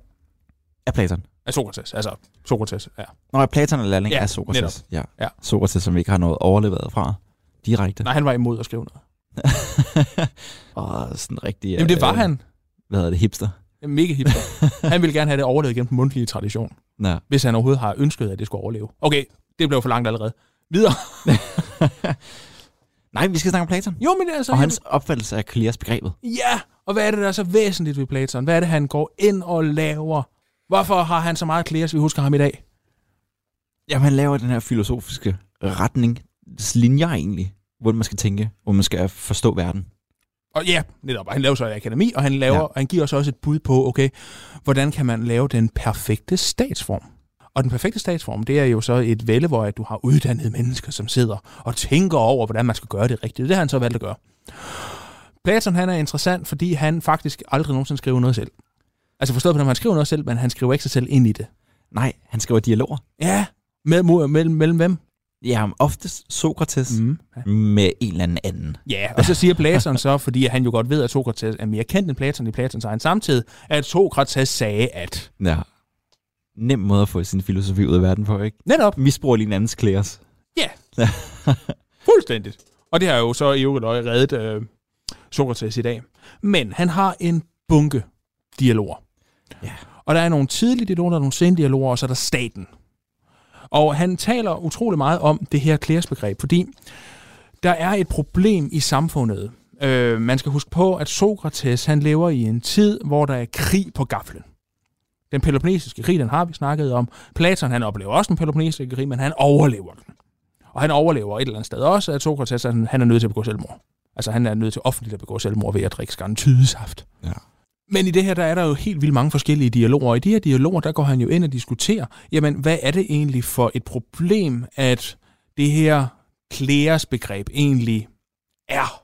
Speaker 5: Af Platon.
Speaker 4: af Sokrates. Altså, Sokrates, ja.
Speaker 5: Nå, ja, Platon er lærling
Speaker 4: Ja,
Speaker 5: af Sokrates. Ja.
Speaker 4: Ja.
Speaker 5: Sokrates, som vi ikke har noget overleveret fra direkte.
Speaker 4: Nej, han var imod at skrive noget.
Speaker 5: og sådan rigtig...
Speaker 4: Jamen, det var
Speaker 5: øh,
Speaker 4: han.
Speaker 5: Hvad hedder det? Hipster.
Speaker 4: Mega hipster. Han ville gerne have det overlevet gennem den mundtlige tradition,
Speaker 5: Nå.
Speaker 4: hvis han overhovedet har ønsket, at det skulle overleve. Okay, det blev for langt allerede. Videre.
Speaker 5: Nej, vi skal snakke om Platon.
Speaker 4: Jo, men altså...
Speaker 5: Og hans opfattelse af Clears begrebet.
Speaker 4: Ja, og hvad er det, der er så væsentligt ved Platon? Hvad er det, han går ind og laver? Hvorfor har han så meget klæres, vi husker ham i dag?
Speaker 5: Jamen, han laver den her filosofiske retning, linjer egentlig, hvor man skal tænke, hvor man skal forstå verden.
Speaker 4: Og ja, netop. og Han laver så et akademi, og han, laver,
Speaker 5: Ja.
Speaker 4: ja. han giver os også et bud på, okay, hvordan kan man lave den perfekte statsform? Og den perfekte statsform, det er jo så et vælde, hvor at du har uddannede mennesker, som sidder og tænker over, hvordan man skal gøre det rigtigt. Det har han så valgt at gøre. Platon han er interessant, fordi han faktisk aldrig nogensinde skriver noget selv. Altså forstået på den, måde, han skriver noget selv, men han skriver ikke sig selv ind i det.
Speaker 5: Nej, han skriver dialoger.
Speaker 4: Ja, mellem, mellem, mellem hvem?
Speaker 5: Ja, men oftest Sokrates
Speaker 4: Mm.
Speaker 5: mm. med en eller anden anden.
Speaker 4: Ja, og så siger Platon så, fordi han jo godt ved, at Sokrates er mere kendt end Platon i Platons egen samtid, at Sokrates sagde, at...
Speaker 5: Ja. Nem måde at få sin filosofi ud af verden på, ikke?
Speaker 4: Netop,
Speaker 5: Misbruger lige en andens klæres.
Speaker 4: fuldstændigt. Og det har jo så i øvrigt også reddet øh, Sokrates i dag. Men han har en bunke dialoger.
Speaker 5: Ja.
Speaker 4: Og der er nogle tidlige dialoger, der er nogle sene dialoger, og så er der staten. Og han taler utrolig meget om det her klæresbegreb, fordi der er et problem i samfundet. Øh, man skal huske på, at Sokrates han lever i en tid, hvor der er krig på gaflen. Den peloponnesiske krig, den har vi snakket om. Platon han oplever også den peloponnesiske krig, men han overlever den. Og han overlever et eller andet sted også, at Sokrates altså, han, han er nødt til at begå selvmord. Altså han er nødt til offentligt at begå selvmord ved at drikke skarntydesaft.
Speaker 5: Ja.
Speaker 4: Men i det her, der er der jo helt vildt mange forskellige dialoger. Og i de her dialoger, der går han jo ind og diskuterer, jamen hvad er det egentlig for et problem, at det her klæres begreb egentlig er?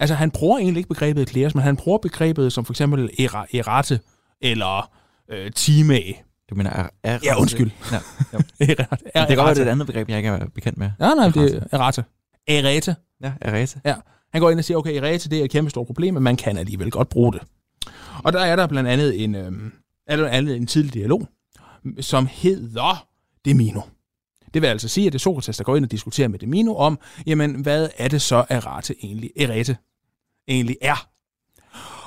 Speaker 4: Altså han bruger egentlig ikke begrebet klæres, men han bruger begrebet som for eksempel era- erate eller øh, timae.
Speaker 5: Du mener, er, er
Speaker 4: Ja, undskyld.
Speaker 5: Ja, jo.
Speaker 4: Erate.
Speaker 5: Det kan godt være, det er et andet begreb, jeg ikke er bekendt med.
Speaker 4: Nej, nej, det er erate. Erate.
Speaker 5: Ja, erase.
Speaker 4: Han går ind og siger, okay, Erete, det er et kæmpe stort problem, men man kan alligevel godt bruge det. Og der er der blandt andet en, øh, er der andet en tidlig dialog, som hedder Demino. Det vil altså sige, at det er Sokrates, der går ind og diskuterer med Demino om, jamen, hvad er det så, Erete egentlig, Erete egentlig er?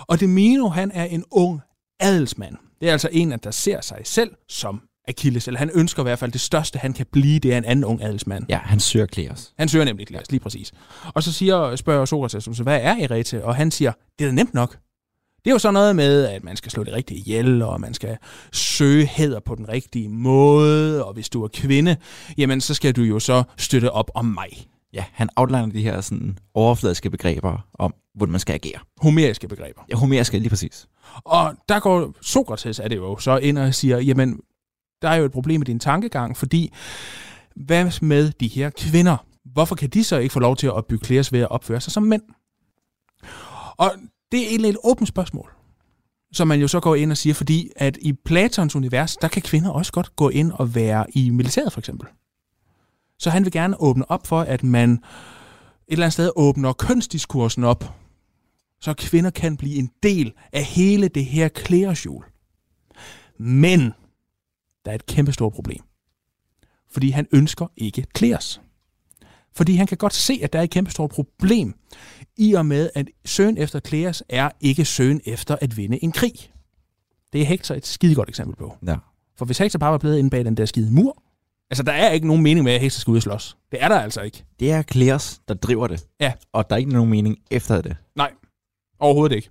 Speaker 4: Og Demino, han er en ung adelsmand. Det er altså en, der ser sig selv som Achilles, eller han ønsker i hvert fald det største, han kan blive, det er en anden ung adelsmand.
Speaker 5: Ja, han søger Kleos.
Speaker 4: Han søger nemlig glas, lige præcis. Og så siger, spørger Sokrates, så hvad er Erete? Og han siger, det er da nemt nok. Det er jo sådan noget med, at man skal slå det rigtige ihjel, og man skal søge hæder på den rigtige måde, og hvis du er kvinde, jamen så skal du jo så støtte op om mig.
Speaker 5: Ja, han outliner de her sådan, overfladiske begreber om, hvordan man skal agere.
Speaker 4: Homeriske begreber.
Speaker 5: Ja, Homer skal lige præcis.
Speaker 4: Og der går Sokrates, er det jo, så ind og siger, jamen, der er jo et problem med din tankegang, fordi hvad med de her kvinder? Hvorfor kan de så ikke få lov til at bygge klæres ved at opføre sig som mænd? Og det er egentlig et åbent spørgsmål, som man jo så går ind og siger, fordi at i Platons univers, der kan kvinder også godt gå ind og være i militæret for eksempel. Så han vil gerne åbne op for, at man et eller andet sted åbner kønsdiskursen op, så kvinder kan blive en del af hele det her klæresjul. Men der er et kæmpestort problem. Fordi han ønsker ikke klæres. Fordi han kan godt se, at der er et kæmpe stort problem i og med, at søgen efter Kleas er ikke søgen efter at vinde en krig. Det er Hector et skide godt eksempel på.
Speaker 5: Ja.
Speaker 4: For hvis Hector bare var blevet inde bag den der skide mur, altså der er ikke nogen mening med, at Hector skal ud og slås. Det er der altså ikke.
Speaker 5: Det er Kleas, der driver det.
Speaker 4: Ja.
Speaker 5: Og der er ikke nogen mening efter det.
Speaker 4: Overhovedet ikke.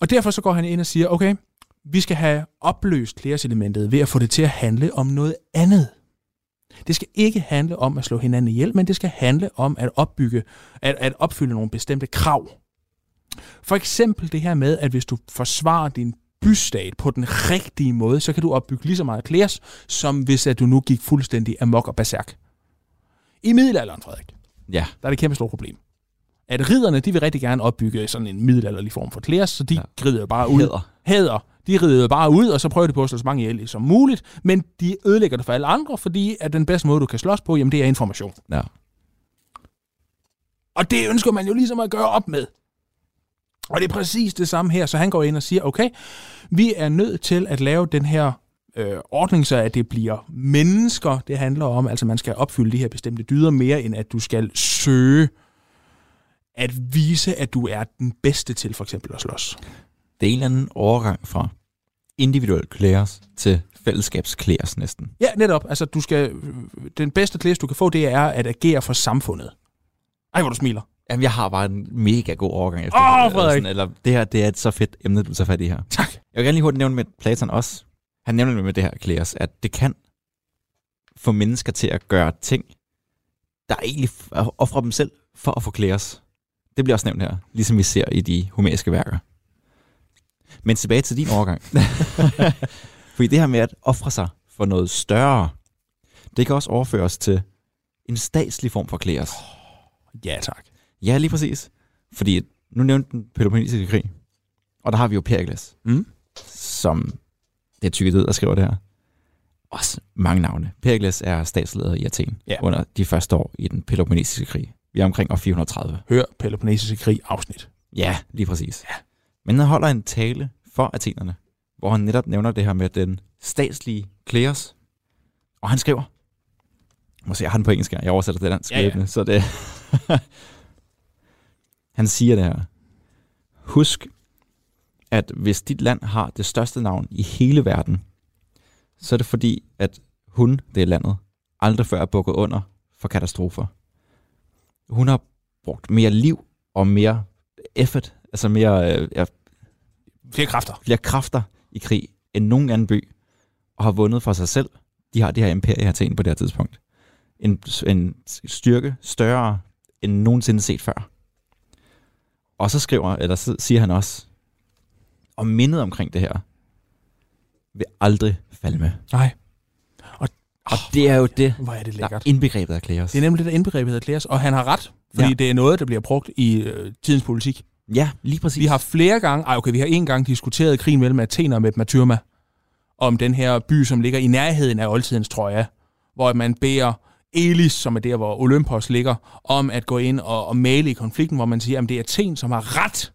Speaker 4: Og derfor så går han ind og siger, okay, vi skal have opløst Kleas-elementet ved at få det til at handle om noget andet. Det skal ikke handle om at slå hinanden ihjel, men det skal handle om at opbygge, at, at opfylde nogle bestemte krav. For eksempel det her med, at hvis du forsvarer din bystat på den rigtige måde, så kan du opbygge lige så meget klæres, som hvis at du nu gik fuldstændig amok og berserk. I middelalderen, Frederik,
Speaker 5: Ja.
Speaker 4: der er det et kæmpe stort problem. At ridderne, de vil rigtig gerne opbygge sådan en middelalderlig form for klæres, så de ja.
Speaker 5: Ja.
Speaker 4: rider jo bare ud.
Speaker 5: Hæder.
Speaker 4: Hæder. De rider jo bare ud, og så prøver de på at slå så mange ihjel som muligt, men de ødelægger det for alle andre, fordi at den bedste måde, du kan slås på, jamen det er information.
Speaker 5: Ja.
Speaker 4: Og det ønsker man jo ligesom at gøre op med. Og det er præcis det samme her, så han går ind og siger, okay, vi er nødt til at lave den her øh, ordning, så at det bliver mennesker, det handler om. Altså man skal opfylde de her bestemte dyder mere, end at du skal søge at vise, at du er den bedste til for eksempel at slås.
Speaker 5: Det er en eller anden overgang fra individuel klæres til fællesskabsklæres næsten.
Speaker 4: Ja, netop. Altså, du skal, den bedste klæs, du kan få, det er at agere for samfundet. Ej, hvor du smiler.
Speaker 5: Jamen, jeg har bare en mega god overgang efter
Speaker 4: Åh,
Speaker 5: det, eller
Speaker 4: Frederik!
Speaker 5: Sådan, eller det her, det er et så fedt emne, du tager fat i her.
Speaker 4: Tak.
Speaker 5: Jeg vil gerne lige hurtigt nævne med Platon også. Han nævner nemlig med det her, Kleos, at det kan få mennesker til at gøre ting, der egentlig f- at ofre dem selv for at få Kleos. Det bliver også nævnt her, ligesom vi ser i de homeriske værker. Men tilbage til din overgang. Fordi det her med at ofre sig for noget større, det kan også overføres til en statslig form for Kleos.
Speaker 4: Ja, tak.
Speaker 5: Ja, lige præcis. Fordi nu nævnte den Peloponnesiske krig, og der har vi jo Perikles,
Speaker 4: Mm.
Speaker 5: som det er tykket ud, der skriver det her. Også mange navne. Perikles er statsleder i Athen
Speaker 4: Ja.
Speaker 5: under de første år i den Peloponnesiske krig. Vi er omkring år 430.
Speaker 4: Hør Peloponnesiske krig afsnit.
Speaker 5: Ja, lige præcis. Ja. Men han holder en tale for athenerne, hvor han netop nævner det her med den statslige kleros, og han skriver, jeg må se, jeg har den på engelsk her, jeg oversætter det dansk
Speaker 4: Ja, ja.
Speaker 5: ja, ja. så det... han siger det her, husk, at hvis dit land har det største navn i hele verden, så er det fordi, at hun, det er landet, aldrig før er bukket under for katastrofer. Hun har brugt mere liv og mere effort, altså mere, øh, ja,
Speaker 4: Flere kræfter.
Speaker 5: flere kræfter i krig end nogen anden by, og har vundet for sig selv. De har det her imperie Athen på det her tidspunkt. En, en styrke større end nogensinde set før. Og så skriver, eller så siger han også, og mindet omkring det her, vil aldrig falde med.
Speaker 4: Nej.
Speaker 5: Og det er jo det,
Speaker 4: Hvor er det
Speaker 5: der er
Speaker 4: lækkert.
Speaker 5: indbegrebet af Kleos.
Speaker 4: Det er nemlig det, der indbegrebet hedder klæres, og han har ret, fordi ja.
Speaker 5: Ja.
Speaker 4: det er noget, der bliver brugt i øh, tidens politik.
Speaker 5: Ja, lige præcis.
Speaker 4: Vi har flere gange, ej okay, vi har en gang diskuteret krigen mellem Athener og Metmatyrma, om den her by, som ligger i nærheden af oldtidens Troja, hvor man beder Elis, som er der, hvor Olympos ligger, om at gå ind og, og male i konflikten, hvor man siger, at det er Athen, som har ret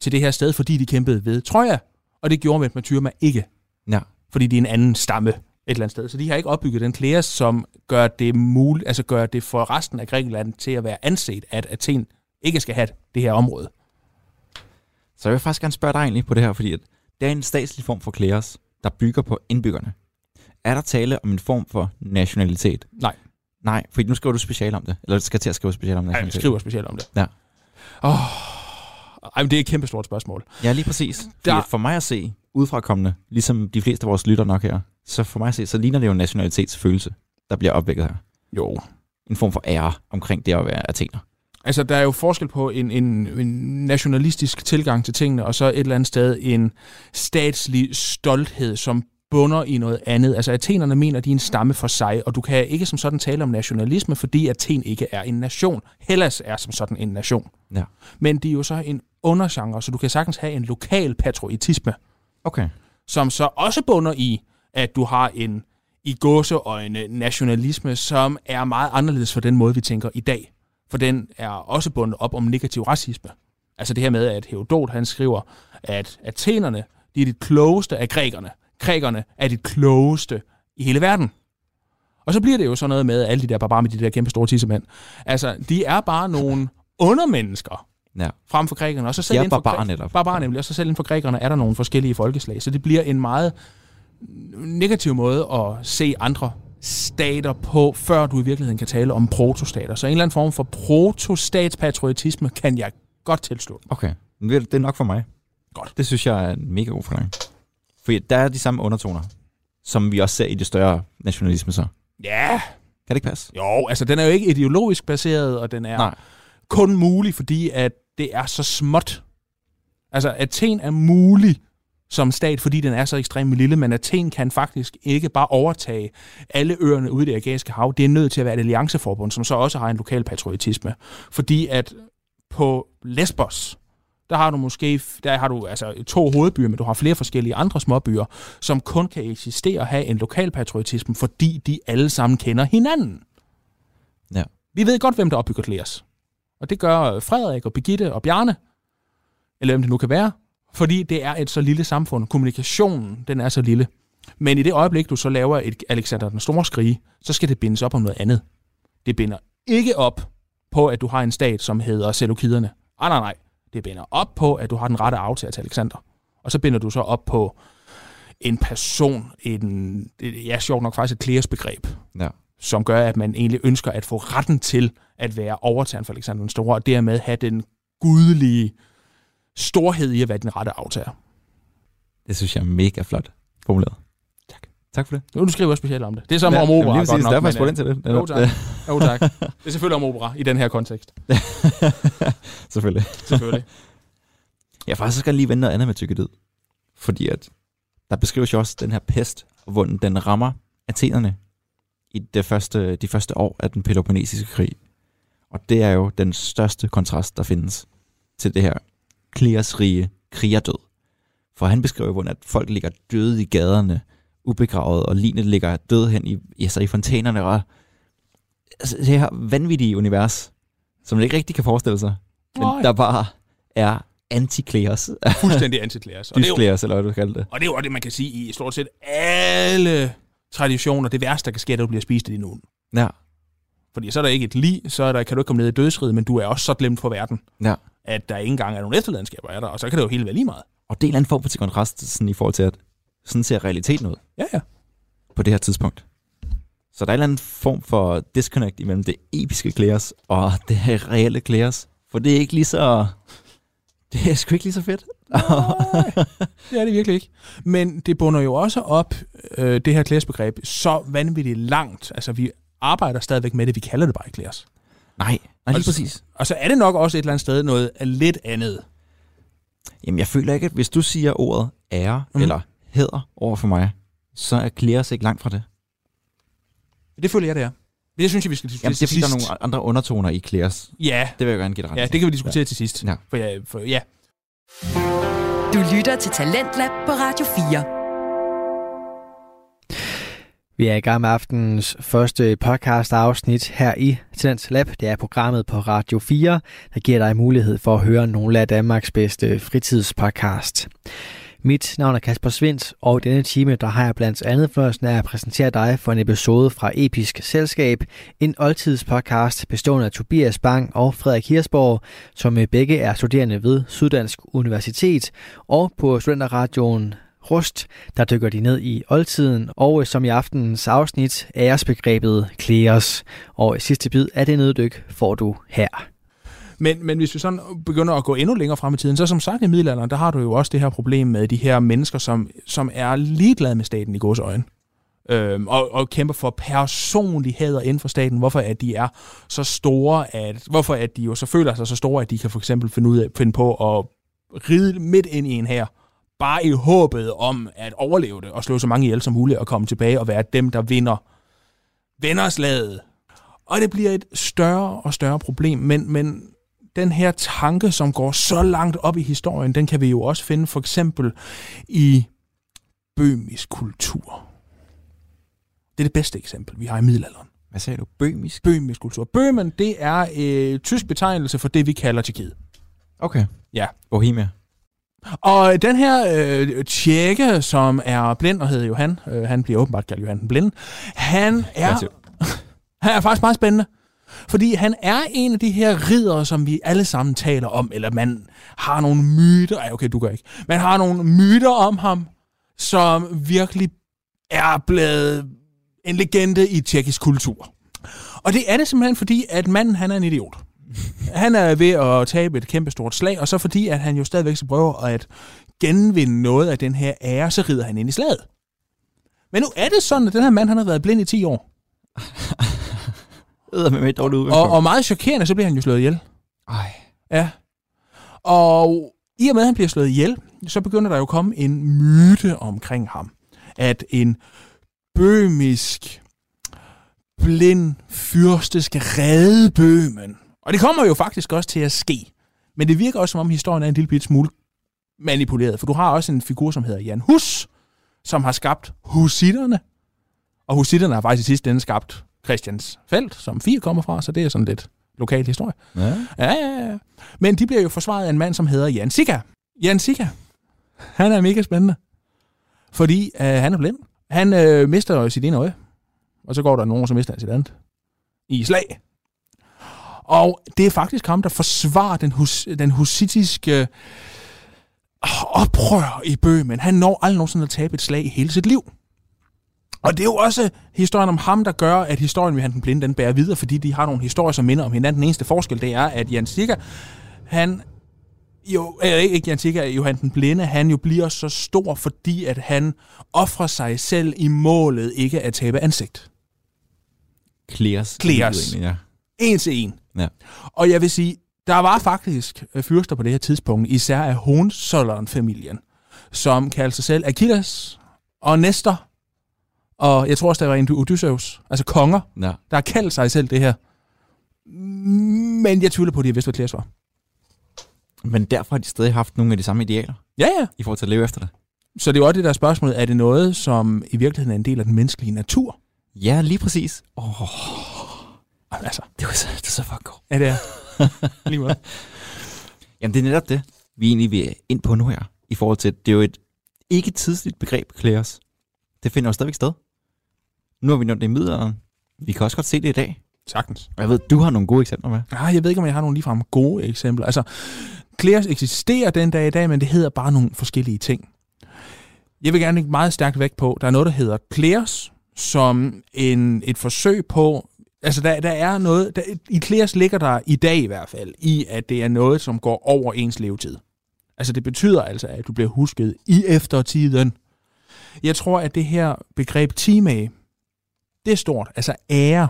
Speaker 4: til det her sted, fordi de kæmpede ved Troja, og det gjorde Metmatyrma ikke,
Speaker 5: Ja,
Speaker 4: fordi de er en anden stamme et eller andet sted. Så de har ikke opbygget den klæres, som gør det muligt, altså gør det for resten af Grækenland til at være anset, at Athen ikke skal have det her område.
Speaker 5: Så jeg vil faktisk gerne spørge dig egentlig på det her, fordi at det er en statslig form for klæres, der bygger på indbyggerne. Er der tale om en form for nationalitet?
Speaker 4: Nej.
Speaker 5: Nej, fordi nu skriver du special om det. Eller skal til at skrive special om
Speaker 4: Ja, jeg
Speaker 5: nationalitet.
Speaker 4: skriver specielt om det.
Speaker 5: Ja.
Speaker 4: Oh, ej, men det er et kæmpe stort spørgsmål.
Speaker 5: Ja, lige præcis. Fordi
Speaker 4: Der-
Speaker 5: at For mig at se, udefrakommende, ligesom de fleste af vores lytter nok her, så for mig at se, så ligner det jo en nationalitetsfølelse, der bliver opvækket her.
Speaker 4: Jo.
Speaker 5: En form for ære omkring det at være athener.
Speaker 4: Altså, der er jo forskel på en, en, en nationalistisk tilgang til tingene, og så et eller andet sted en statslig stolthed, som bunder i noget andet. Altså, athenerne mener, de er en stamme for sig, og du kan ikke som sådan tale om nationalisme, fordi Athen ikke er en nation. Hellas er som sådan en nation.
Speaker 5: Ja.
Speaker 4: Men de er jo så en undergenre, så du kan sagtens have en lokal patriotisme.
Speaker 5: Okay.
Speaker 4: som så også bunder i, at du har en i gåseøjne nationalisme, som er meget anderledes for den måde, vi tænker i dag. For den er også bundet op om negativ racisme. Altså det her med, at Herodot han skriver, at athenerne, de er de klogeste af grækerne. Grækerne er de klogeste i hele verden. Og så bliver det jo sådan noget med alle de der barbarer med de der kæmpe store tissemænd. Altså, de er bare nogle undermennesker
Speaker 5: Ja.
Speaker 4: frem for grækerne. Og så selv
Speaker 5: De er
Speaker 4: inden for
Speaker 5: barbarer
Speaker 4: græ-
Speaker 5: netop.
Speaker 4: Barbarer nemlig, og så selv inden for grækerne er der nogle forskellige folkeslag. Så det bliver en meget negativ måde at se andre stater på, før du i virkeligheden kan tale om protostater. Så en eller anden form for protostatspatriotisme kan jeg godt tilslutte.
Speaker 5: Okay. Men ved du, Det er nok for mig.
Speaker 4: Godt.
Speaker 5: Det synes jeg er en mega god forklaring. Fordi der er de samme undertoner, som vi også ser i det større nationalisme så.
Speaker 4: Ja,
Speaker 5: Kan det ikke passe?
Speaker 4: jo, altså den er jo ikke ideologisk baseret, og den er
Speaker 5: Nej.
Speaker 4: kun mulig, fordi at det er så småt. Altså, Athen er mulig som stat, fordi den er så ekstremt lille, men Athen kan faktisk ikke bare overtage alle øerne ude i det ægæiske hav. Det er nødt til at være et allianceforbund, som så også har en lokal patriotisme. Fordi at på Lesbos, der har du måske der har du altså to hovedbyer, men du har flere forskellige andre småbyer, som kun kan eksistere og have en lokal patriotisme, fordi de alle sammen kender hinanden.
Speaker 5: Ja.
Speaker 4: Vi ved godt, hvem der opbygger Glæres. Og det gør øh, Frederik og Birgitte og Bjarne, eller hvem det nu kan være, fordi det er et så lille samfund. Kommunikationen, den er så lille. Men i det øjeblik, du så laver et Alexander den Store skrige, så skal det bindes op om noget andet. Det binder ikke op på, at du har en stat, som hedder Selukiderne. Nej, nej, nej. Det binder op på, at du har den rette aftager til Alexander. Og så binder du så op på en person, en, ja, sjovt nok faktisk et klæresbegreb,
Speaker 5: Ja.
Speaker 4: som gør, at man egentlig ønsker at få retten til at være overtageren for Alexander den Store, og dermed have den gudelige storhed i at være den rette aftager.
Speaker 5: Det synes jeg er mega flot formuleret. Tak. Tak for det.
Speaker 4: Nu skriver jeg også specielt om det. Det er som om opera,
Speaker 5: Jamen, lige
Speaker 4: godt
Speaker 5: præcis,
Speaker 4: nok.
Speaker 5: derfor jeg
Speaker 4: men,
Speaker 5: spurgte ind til det.
Speaker 4: øh, jo, tak. jo, tak. Det er selvfølgelig om opera i den her kontekst.
Speaker 5: Selvfølgelig.
Speaker 4: Selvfølgelig.
Speaker 5: Jeg faktisk skal lige vende noget andet med tykkedød. Fordi at der beskrives jo også den her pest, og hvordan den rammer athenerne i det første, de første år af den peloponnesiske krig. Og det er jo den største kontrast, der findes til det her klersrige krigerdød. For han beskriver jo, hvordan at folk ligger døde i gaderne, ubegravet, og ligene ligger døde hen i, altså i fontænerne, og altså, det her vanvittige univers, som man ikke rigtig kan forestille sig, men
Speaker 4: Nej.
Speaker 5: der bare er antikleros.
Speaker 4: Fuldstændig antiklæres. Og det er jo
Speaker 5: Dyskleros, eller hvad du kalder det.
Speaker 4: Og det er jo også det, man kan sige i stort set alle traditioner. Det værste, der kan ske, er, at du bliver spist af din nogen.
Speaker 5: Ja.
Speaker 4: Fordi så er der ikke et lig, så er der, kan du ikke komme ned i dødsriget, men du er også så glemt for verden,
Speaker 5: Ja.
Speaker 4: at der ikke engang er nogen efterladenskaber af dig, og så kan det jo helt være lige meget.
Speaker 5: Og det er en eller anden form for til kontrast sådan i forhold til, at sådan ser realiteten ud
Speaker 4: Ja, ja.
Speaker 5: på det her tidspunkt. Så der er en eller anden form for disconnect imellem det episke Kleos og det her reelle Kleos. For det er ikke lige så... Det er sgu ikke lige så fedt.
Speaker 4: det er det virkelig ikke. Men det bunder jo også op, øh, det her klæresbegreb, så vanvittigt langt. Altså, vi arbejder stadigvæk med det, vi kalder det bare ikke klæres.
Speaker 5: Nej, nej lige
Speaker 4: Altså-
Speaker 5: præcis.
Speaker 4: Og så er det nok også et eller andet sted noget af lidt andet.
Speaker 5: Jamen, jeg føler ikke, at hvis du siger ordet ære mm.
Speaker 4: Mhm.
Speaker 5: eller hæder over for mig, så er Kleos ikke langt fra det.
Speaker 4: Det føler jeg, det er. Det synes jeg, vi skal diskutere
Speaker 5: Jamen, det er
Speaker 4: til
Speaker 5: fordi, der er
Speaker 4: sidst.
Speaker 5: nogle andre undertoner i Kleos.
Speaker 4: Ja,
Speaker 5: Det vil jeg gerne give dig ret
Speaker 4: ja,
Speaker 5: i.
Speaker 4: det kan vi diskutere til sidst.
Speaker 5: Ja.
Speaker 4: For, ja, for, ja,
Speaker 2: Du lytter til Talentlab på Radio 4.
Speaker 3: Vi er i gang med aftenens første podcast afsnit her i Tendens Lab. Det er programmet på Radio 4, der giver dig mulighed for at høre nogle af Danmarks bedste fritidspodcast. Mit navn er Kasper Svindt, og i denne time der har jeg blandt andet fornøjelsen af at præsentere dig for en episode fra Episk Selskab, en oldtidspodcast bestående af Tobias Bang og Frederik Hirsborg, som øh, begge er studerende ved Syddansk Universitet, og på Studenterradioen Rust, der dykker de ned i oldtiden, og øh, som i aftenens afsnit, æresbegrebet Kleos. Og sidste bid af det neddyk får du her.
Speaker 4: Men, men hvis vi sådan begynder at gå endnu længere frem i tiden, så som sagt i middelalderen, der har du jo også det her problem med de her mennesker, som, som er ligeglade med staten i gods øjne. Øhm, og, og kæmper for personligheder inden for staten, hvorfor at de er så store, at, hvorfor at de jo så føler sig så store, at de kan for eksempel finde, ud af, finde på at ride midt ind i en her, bare i håbet om at overleve det, og slå så mange ihjel som muligt, og komme tilbage og være dem, der vinder vinderslaget. Og det bliver et større og større problem, men, men den her tanke, som går så langt op i historien, den kan vi jo også finde for eksempel i bømisk kultur. Det er det bedste eksempel, vi har i middelalderen.
Speaker 5: Hvad sagde du? Bømisk?
Speaker 4: Bømisk kultur. Bøhmen, det er øh, tysk betegnelse for det, vi kalder Tjekkiet.
Speaker 5: Okay.
Speaker 4: Ja.
Speaker 5: Bohemia.
Speaker 4: Og den her øh, tjekke, som er blind og hedder Johan, øh, han bliver åbenbart kaldt Johan den Blinde, han er,
Speaker 5: Kreativ.
Speaker 4: han er faktisk meget spændende. Fordi han er en af de her ridere, som vi alle sammen taler om, eller man har nogle myter, ej okay, du gør ikke, man har nogle myter om ham, som virkelig er blevet en legende i tjekkisk kultur. Og det er det simpelthen fordi, at manden han er en idiot. Han er ved at tabe et kæmpe stort slag, og så fordi, at han jo stadigvæk skal prøve at genvinde noget af den her ære, så rider han ind i slaget. Men nu er det sådan, at den her mand han har været blind i 10 år.
Speaker 5: Æder med et dårligt
Speaker 4: Og,
Speaker 5: udgangspunkt.
Speaker 4: og meget chokerende, så bliver han jo slået ihjel.
Speaker 5: Ej.
Speaker 4: Ja. Og i og med, at han bliver slået ihjel, så begynder der jo at komme en myte omkring ham. At en bømisk, blind fyrste skal redde bømen. Og det kommer jo faktisk også til at ske. Men det virker også, som om historien er en lille bit smule manipuleret. For du har også en figur, som hedder Jan Hus, som har skabt husitterne. Og husitterne har faktisk i sidste ende skabt Christians Felt, som fire kommer fra, så det er sådan lidt lokal historie.
Speaker 5: Ja.
Speaker 4: Ja, ja, ja. Men de bliver jo forsvaret af en mand, som hedder Jan Sika. Jan Sika. Han er mega spændende. Fordi øh, han er blind. Han øh, mister jo sit ene øje. Og så går der nogen, som mister han sit andet. I slag. Og det er faktisk ham, der forsvarer den, hus, den husitiske øh, oprør i Bøhmen. Han når aldrig nogensinde at tabe et slag i hele sit liv. Og det er jo også historien om ham, der gør, at historien med han den blinde, den bærer videre, fordi de har nogle historier, som minder om hinanden. Den eneste forskel, det er, at Jan Sikker, han jo, eller ikke ikke Jan Sikker, Johan den Blinde, han jo bliver så stor, fordi at han offrer sig selv i målet ikke at tabe ansigt.
Speaker 5: Clears.
Speaker 4: Clears.
Speaker 5: Det lyder egentlig, Ja.
Speaker 4: En til en.
Speaker 5: ja.
Speaker 4: Og jeg vil sige, der var faktisk øh, fyrster på det her tidspunkt, især af Hohenzollern-familien, som kaldte sig selv Achilles og Nestor, og jeg tror også, der var en Odysseus, altså konger,
Speaker 5: ja.
Speaker 4: der har kaldt sig selv det her. Men jeg tvivler på, at de har vidst, hvad Claes var.
Speaker 5: Men derfor har de stadig haft nogle af de samme idealer,
Speaker 4: Ja, ja.
Speaker 5: i forhold til at leve efter det.
Speaker 4: Så det er jo også det der spørgsmål, er det noget, som i virkeligheden er en del af den menneskelige natur?
Speaker 5: Ja, lige præcis. Åh, oh,
Speaker 4: Jamen, Altså,
Speaker 5: det var så, det var så fucking godt.
Speaker 4: ja, det er. Lige måde.
Speaker 5: Jamen, det er netop det, vi egentlig vil ind på nu her, i forhold til, at det er jo et ikke tidsligt begreb, Klaas. Det finder jo stadigvæk sted. Nu har vi nået det i middelalderen. Vi kan også godt se det i dag.
Speaker 4: Sagtens.
Speaker 5: Og Jeg ved, du har nogle gode eksempler med.
Speaker 4: Ah, jeg ved ikke, om jeg har nogle ligefrem gode eksempler. Altså, Claire's eksisterer den dag i dag, men det hedder bare nogle forskellige ting. Jeg vil gerne lægge meget stærkt vægt på, der er noget, der hedder Claire's, som en, et forsøg på... Altså, der, der er noget... Der, I Claire's ligger der i dag i hvert fald, i at det er noget, som går over ens levetid. Altså, det betyder altså, at du bliver husket i eftertiden. Jeg tror, at det her begreb time, det er stort. Altså ære.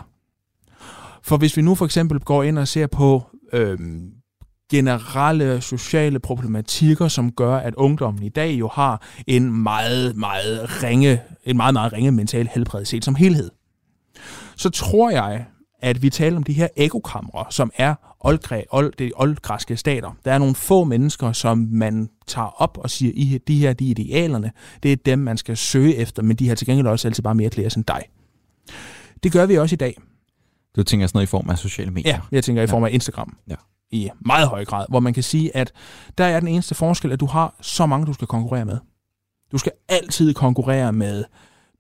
Speaker 4: For hvis vi nu for eksempel går ind og ser på øhm, generelle sociale problematikker, som gør, at ungdommen i dag jo har en meget, meget ringe, en meget, meget ringe mental helbred set som helhed, så tror jeg, at vi taler om de her ekokamre, som er oldgræ, old, det er oldgræske stater. Der er nogle få mennesker, som man tager op og siger, I, de her de er idealerne, det er dem, man skal søge efter, men de har til gengæld også altid bare mere klæder end dig. Det gør vi også i dag.
Speaker 5: Du tænker sådan noget i form af sociale medier.
Speaker 4: Ja, jeg tænker i form af Instagram.
Speaker 5: Ja.
Speaker 4: I meget høj grad, hvor man kan sige, at der er den eneste forskel, at du har så mange, du skal konkurrere med. Du skal altid konkurrere med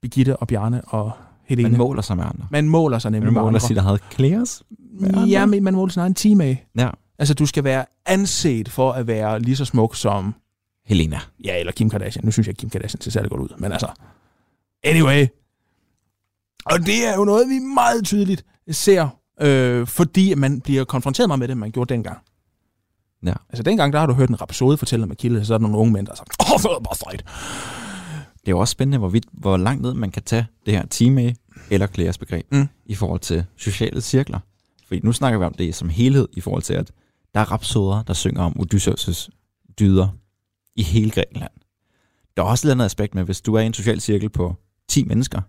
Speaker 4: Birgitte og Bjarne og Helene.
Speaker 5: Man
Speaker 4: Man, må,
Speaker 5: måler sig med andre.
Speaker 4: man måler sig nemlig
Speaker 5: Man
Speaker 4: med
Speaker 5: måler
Speaker 4: andre.
Speaker 5: sig, der havde Klaas. andre.
Speaker 4: Ja, men man måler sin egen time af.
Speaker 5: Ja.
Speaker 4: Altså, du skal være anset for at være lige så smuk som,
Speaker 5: Helena.
Speaker 4: ja, eller Kim Kardashian. Nu synes jeg, at Kim Kardashian ser særlig godt ud, men altså, anyway. Og det er jo noget, vi meget tydeligt ser, øh, fordi man bliver konfronteret meget med det, man gjorde dengang.
Speaker 5: Ja.
Speaker 4: Altså dengang, der har du hørt en rapsode fortælle om Achilles, og så er der nogle unge mænd, der har sagt, åh, det var bare sejt.
Speaker 5: Det er jo også spændende, hvor, vidt, hvor langt ned man kan tage det her time eller Klaas begreb
Speaker 4: Mm.
Speaker 5: mm. i forhold til sociale cirkler. Fordi nu snakker vi om det som helhed i forhold til, at der er rapsoder, der synger om Odysseus' dyder i hele Grækenland. Der er også et eller andet aspekt med, hvis du er i en social cirkel på 10 mennesker,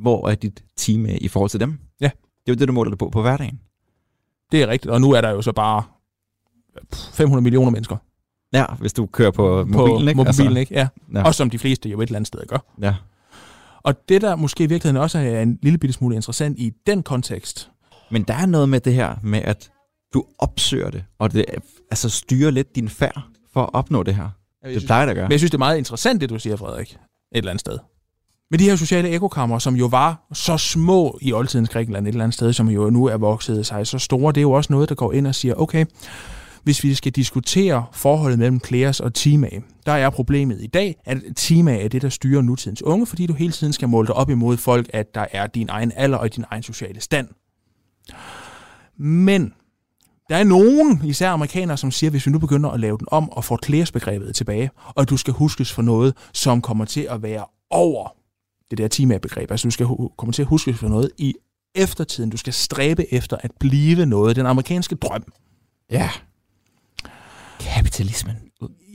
Speaker 5: hvor er dit time i forhold til dem?
Speaker 4: Ja.
Speaker 5: Det er jo det, du måler det på på hverdagen.
Speaker 4: Det er rigtigt, og nu er der jo så bare pff, 500 millioner mennesker
Speaker 5: Ja, hvis du kører
Speaker 4: på
Speaker 5: på mobilen, ikke? Altså.
Speaker 4: mobilen ikke? Ja.
Speaker 5: Ja.
Speaker 4: ja. Og som de fleste jo et eller andet sted gør.
Speaker 5: ja.
Speaker 4: Og det, der måske i virkeligheden også er en lille bitte smule interessant i den kontekst,
Speaker 5: Men der er noget med det her med, at du opsøger det, og det er- altså styrer lidt din færd for at opnå det her.
Speaker 4: Jeg
Speaker 5: Det
Speaker 4: synes,
Speaker 5: plejer det at gøre.
Speaker 4: men jeg synes, det er meget interessant, det du siger, Frederik. Et eller andet sted. Men de her sociale ekokammer, som jo var så små i oldtidens Grækenland et eller andet sted, som jo nu er vokset sig så store, det er jo også noget, der går ind og siger, okay, hvis vi skal diskutere forholdet mellem klæres og timae, der er problemet i dag, at timae er det, der styrer nutidens unge, fordi du hele tiden skal måle dig op imod folk, at der er din egen alder og din egen sociale stand. Men der er nogen, især amerikanere, som siger, at hvis vi nu begynder at lave den om og får klæresbegrebet tilbage, og du skal huskes for noget, som kommer til at være over det der timabegreb, altså du skal hu- komme til at huskes for noget i eftertiden. Du skal stræbe efter at blive noget. Den amerikanske drøm.
Speaker 5: Ja. Kapitalismen.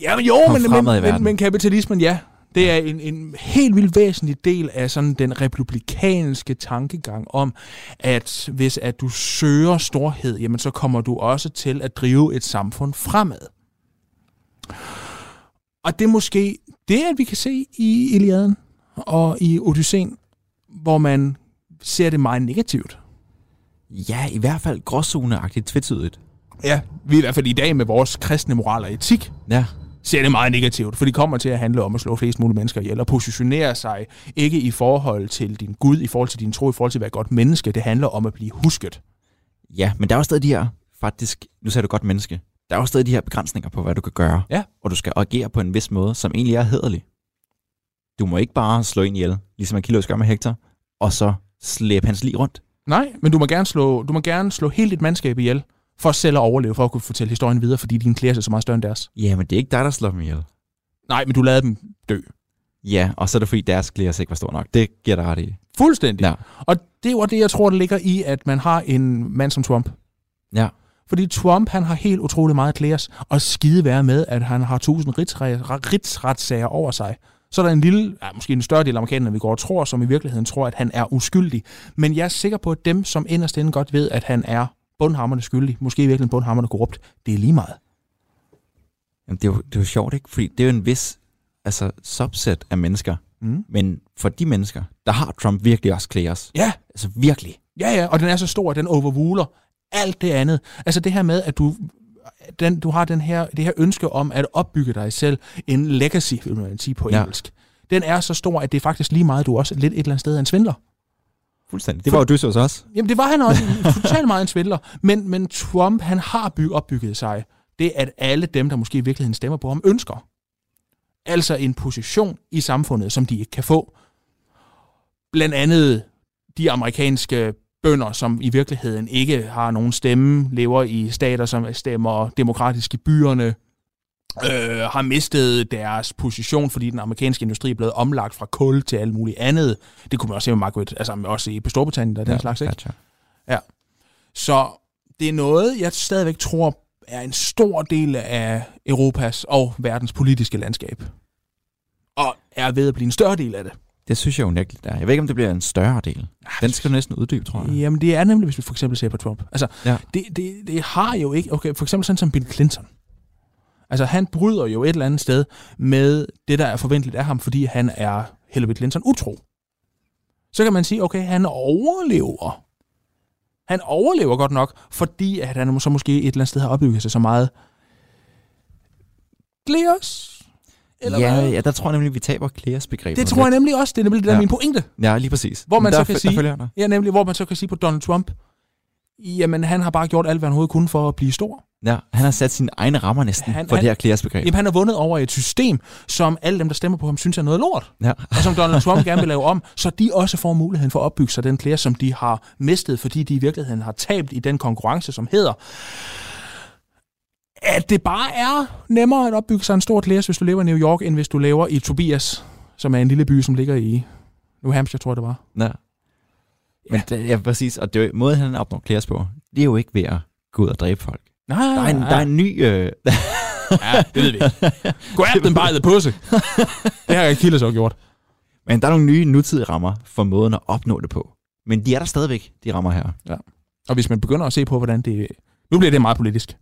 Speaker 4: Ja, men jo,
Speaker 5: Kom
Speaker 4: men, men,
Speaker 5: fremad i
Speaker 4: men,
Speaker 5: verden.
Speaker 4: men kapitalismen, ja. Det er en, en helt vildt væsentlig del af sådan den republikanske tankegang om, at hvis at du søger storhed, jamen så kommer du også til at drive et samfund fremad. Og det er måske det, at vi kan se i Iliaden og i Odysseen, hvor man ser det meget negativt.
Speaker 5: Ja, i hvert fald gråzoneagtigt tvetydigt.
Speaker 4: Ja, vi i hvert fald i dag med vores kristne moral og etik,
Speaker 5: Ja.
Speaker 4: ser det meget negativt, for det kommer til at handle om at slå flest mulige mennesker ihjel, og positionere sig ikke i forhold til din Gud, i forhold til din tro, i forhold til at være et godt menneske. Det handler om at blive husket.
Speaker 5: Ja, men der er jo stadig de her, faktisk, nu sagde du godt menneske, der er jo stadig de her begrænsninger på, hvad du kan gøre.
Speaker 4: Ja.
Speaker 5: Og du skal agere på en vis måde, som egentlig er hederlig. Du må ikke bare slå en ihjel, ligesom Achilles gør med Hector, og så slæbe hans lig rundt.
Speaker 4: Nej, men du må gerne slå, du må gerne slå helt dit mandskab ihjel, for selv at overleve, for at kunne fortælle historien videre, fordi din klæder er så meget større end deres.
Speaker 5: Ja, men det er ikke dig, der slår dem ihjel.
Speaker 4: Nej, men du lader dem dø.
Speaker 5: Ja, og så er det fordi deres glæder ikke var stor nok. Det giver dig ret i.
Speaker 4: Fuldstændig.
Speaker 5: Ja.
Speaker 4: Og det var det, jeg tror, der ligger i, at man har en mand som Trump.
Speaker 5: Ja.
Speaker 4: Fordi Trump, han har helt utrolig meget klæres, og skide være med, at han har tusind rigsre- rigsretssager over sig. Så er der en lille, ja, måske en større del af amerikanerne, vi går og tror, som i virkeligheden tror, at han er uskyldig. Men jeg er sikker på, at dem, som inderst inde godt ved, at han er bundhammerne skyldig, måske i virkeligheden bundhammerne korrupt, det er lige meget.
Speaker 5: Jamen, det, er jo, det er jo sjovt, ikke? Fordi det er jo en vis altså, subset af mennesker.
Speaker 4: Mm.
Speaker 5: Men for de mennesker, der har Trump virkelig også klæres.
Speaker 4: Ja,
Speaker 5: Altså virkelig.
Speaker 4: Ja, ja, og den er så stor, at den overruler alt det andet. Altså det her med, at du, den, du har den her, det her ønske om at opbygge dig selv, en legacy, vil man sige på
Speaker 5: Ja.
Speaker 4: engelsk. Den er så stor, at det er faktisk lige meget, du også lidt et eller andet sted er en svindler.
Speaker 5: Fuldstændig. Det var jo Odysseus også.
Speaker 4: Jamen det var han også, totalt meget en svindler. Men, men Trump, han har byg, opbygget sig det, at alle dem, der måske i virkeligheden stemmer på ham, ønsker. Altså en position i samfundet, som de ikke kan få. Blandt andet de amerikanske bønder, som i virkeligheden ikke har nogen stemme, lever i stater, som stemmer demokratisk i byerne, øh, har mistet deres position, fordi den amerikanske industri er blevet omlagt fra kul til alt muligt andet. Det kunne man også se med Margaret, altså også i på Storbritannien og den ja, slags, ikke?
Speaker 5: Thatcher.
Speaker 4: Så det er noget, jeg stadigvæk tror er en stor del af Europas og verdens politiske landskab. Og er ved at blive en større del af det.
Speaker 5: Det synes jeg jo nægteligt er. Jeg ved ikke, om det bliver en større del.
Speaker 4: Ah,
Speaker 5: Den skal du næsten uddybe, tror jeg.
Speaker 4: Jamen det er nemlig, hvis vi for eksempel ser på Trump. Altså, ja.
Speaker 5: Ja.
Speaker 4: det, det, det har jo ikke... Okay, for eksempel sådan som Bill Clinton. Altså han bryder jo et eller andet sted med det, der er forventeligt af ham, fordi han er Hillary Clinton utro. Så kan man sige, okay, han overlever. Han overlever godt nok, fordi at han så måske et eller andet sted har opbygget sig så meget glæres. Eller
Speaker 5: ja,
Speaker 4: hvad?
Speaker 5: ja, der tror jeg nemlig, vi taber Kleas begreb.
Speaker 4: Det tror jeg nemlig også, det er nemlig det, der ja. er
Speaker 5: Ja.
Speaker 4: min pointe.
Speaker 5: Ja, lige præcis.
Speaker 4: Hvor
Speaker 5: Men
Speaker 4: man
Speaker 5: der,
Speaker 4: så kan
Speaker 5: der
Speaker 4: sige-
Speaker 5: følger jeg dig.
Speaker 4: Ja, nemlig, hvor man så kan sige på Donald Trump, jamen han har bare gjort alt, hvad han overhovedet kunne for at blive stor.
Speaker 5: Ja, han har sat sine egne rammer næsten
Speaker 4: Han-
Speaker 5: han, for
Speaker 4: han-
Speaker 5: det her Kleas begreb.
Speaker 4: Jamen han har vundet over et system, som alle dem, der stemmer på ham, synes er noget lort.
Speaker 5: Ja.
Speaker 4: Og som Donald Trump gerne vil lave om, så de også får muligheden for at opbygge sig den klæder, som de har mistet, fordi de i virkeligheden har tabt i den konkurrence, som hedder at det bare er nemmere at opbygge sig en stor klæder, hvis du lever i New York, end hvis du lever i Tobias, som er en lille by, som ligger i New Hampshire, tror jeg det var.
Speaker 5: Ja. Men det, ja, præcis. Og det er jo, måden, han opnår Kleas på, det er jo ikke ved at gå ud og dræbe folk.
Speaker 4: Nej,
Speaker 5: Der er en, der er en ny... Øh,
Speaker 4: Ja, det ved vi. Grab them by the pussy. Det har Achilles også gjort.
Speaker 5: men der er nogle nye nutidige rammer for måden at opnå det på. Men de er der stadigvæk, de rammer her.
Speaker 4: Og hvis man begynder at se på, hvordan det... Nu bliver det meget politisk.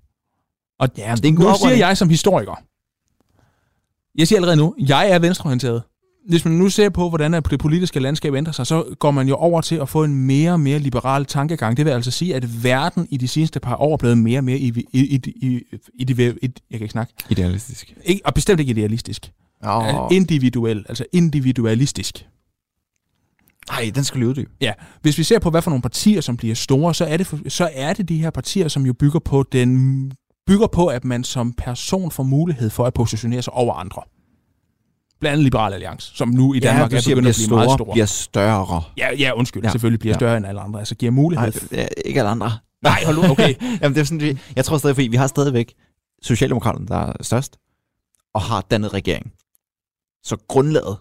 Speaker 4: Og
Speaker 5: Ja, men det er en
Speaker 4: nu
Speaker 5: god
Speaker 4: siger
Speaker 5: oprydning.
Speaker 4: jeg som historiker. Jeg siger allerede nu, jeg er venstreorienteret. hvis man nu ser på, hvordan at det politiske landskab ændrer sig, så går man jo over til at få en mere og mere liberal tankegang. Det vil altså sige, at verden i de seneste par år er blevet mere og mere i, i, i, i, i, i, i, i jeg kan ikke snakke,
Speaker 5: Idealistisk.
Speaker 4: ikke, og bestemt ikke idealistisk.
Speaker 5: Oh.
Speaker 4: Oh. Individuel, altså individualistisk.
Speaker 5: Nej, den skal lyde dyb.
Speaker 4: Ja, hvis vi ser på, hvad for nogle partier, som bliver store, så er det, for- så er det de her partier, som jo bygger på, den, bygger på, at man som person får mulighed for at positionere sig over andre. Blandt andet Liberal Alliance, som nu i Danmark ja, er begyndt at blive meget store.
Speaker 5: bliver større.
Speaker 4: Ja, ja undskyld,
Speaker 5: Ja,
Speaker 4: ja. selvfølgelig bliver
Speaker 5: ja.
Speaker 4: ja. større end alle andre. Altså giver mulighed.
Speaker 5: Nej,
Speaker 4: Nej,
Speaker 5: det er ikke alle andre.
Speaker 4: Nej hold nu, okay.
Speaker 5: Jamen, det er sådan, vi, jeg tror stadig, fordi vi har stadigvæk Socialdemokraterne, der er størst, og har dannet regering. Så grundlaget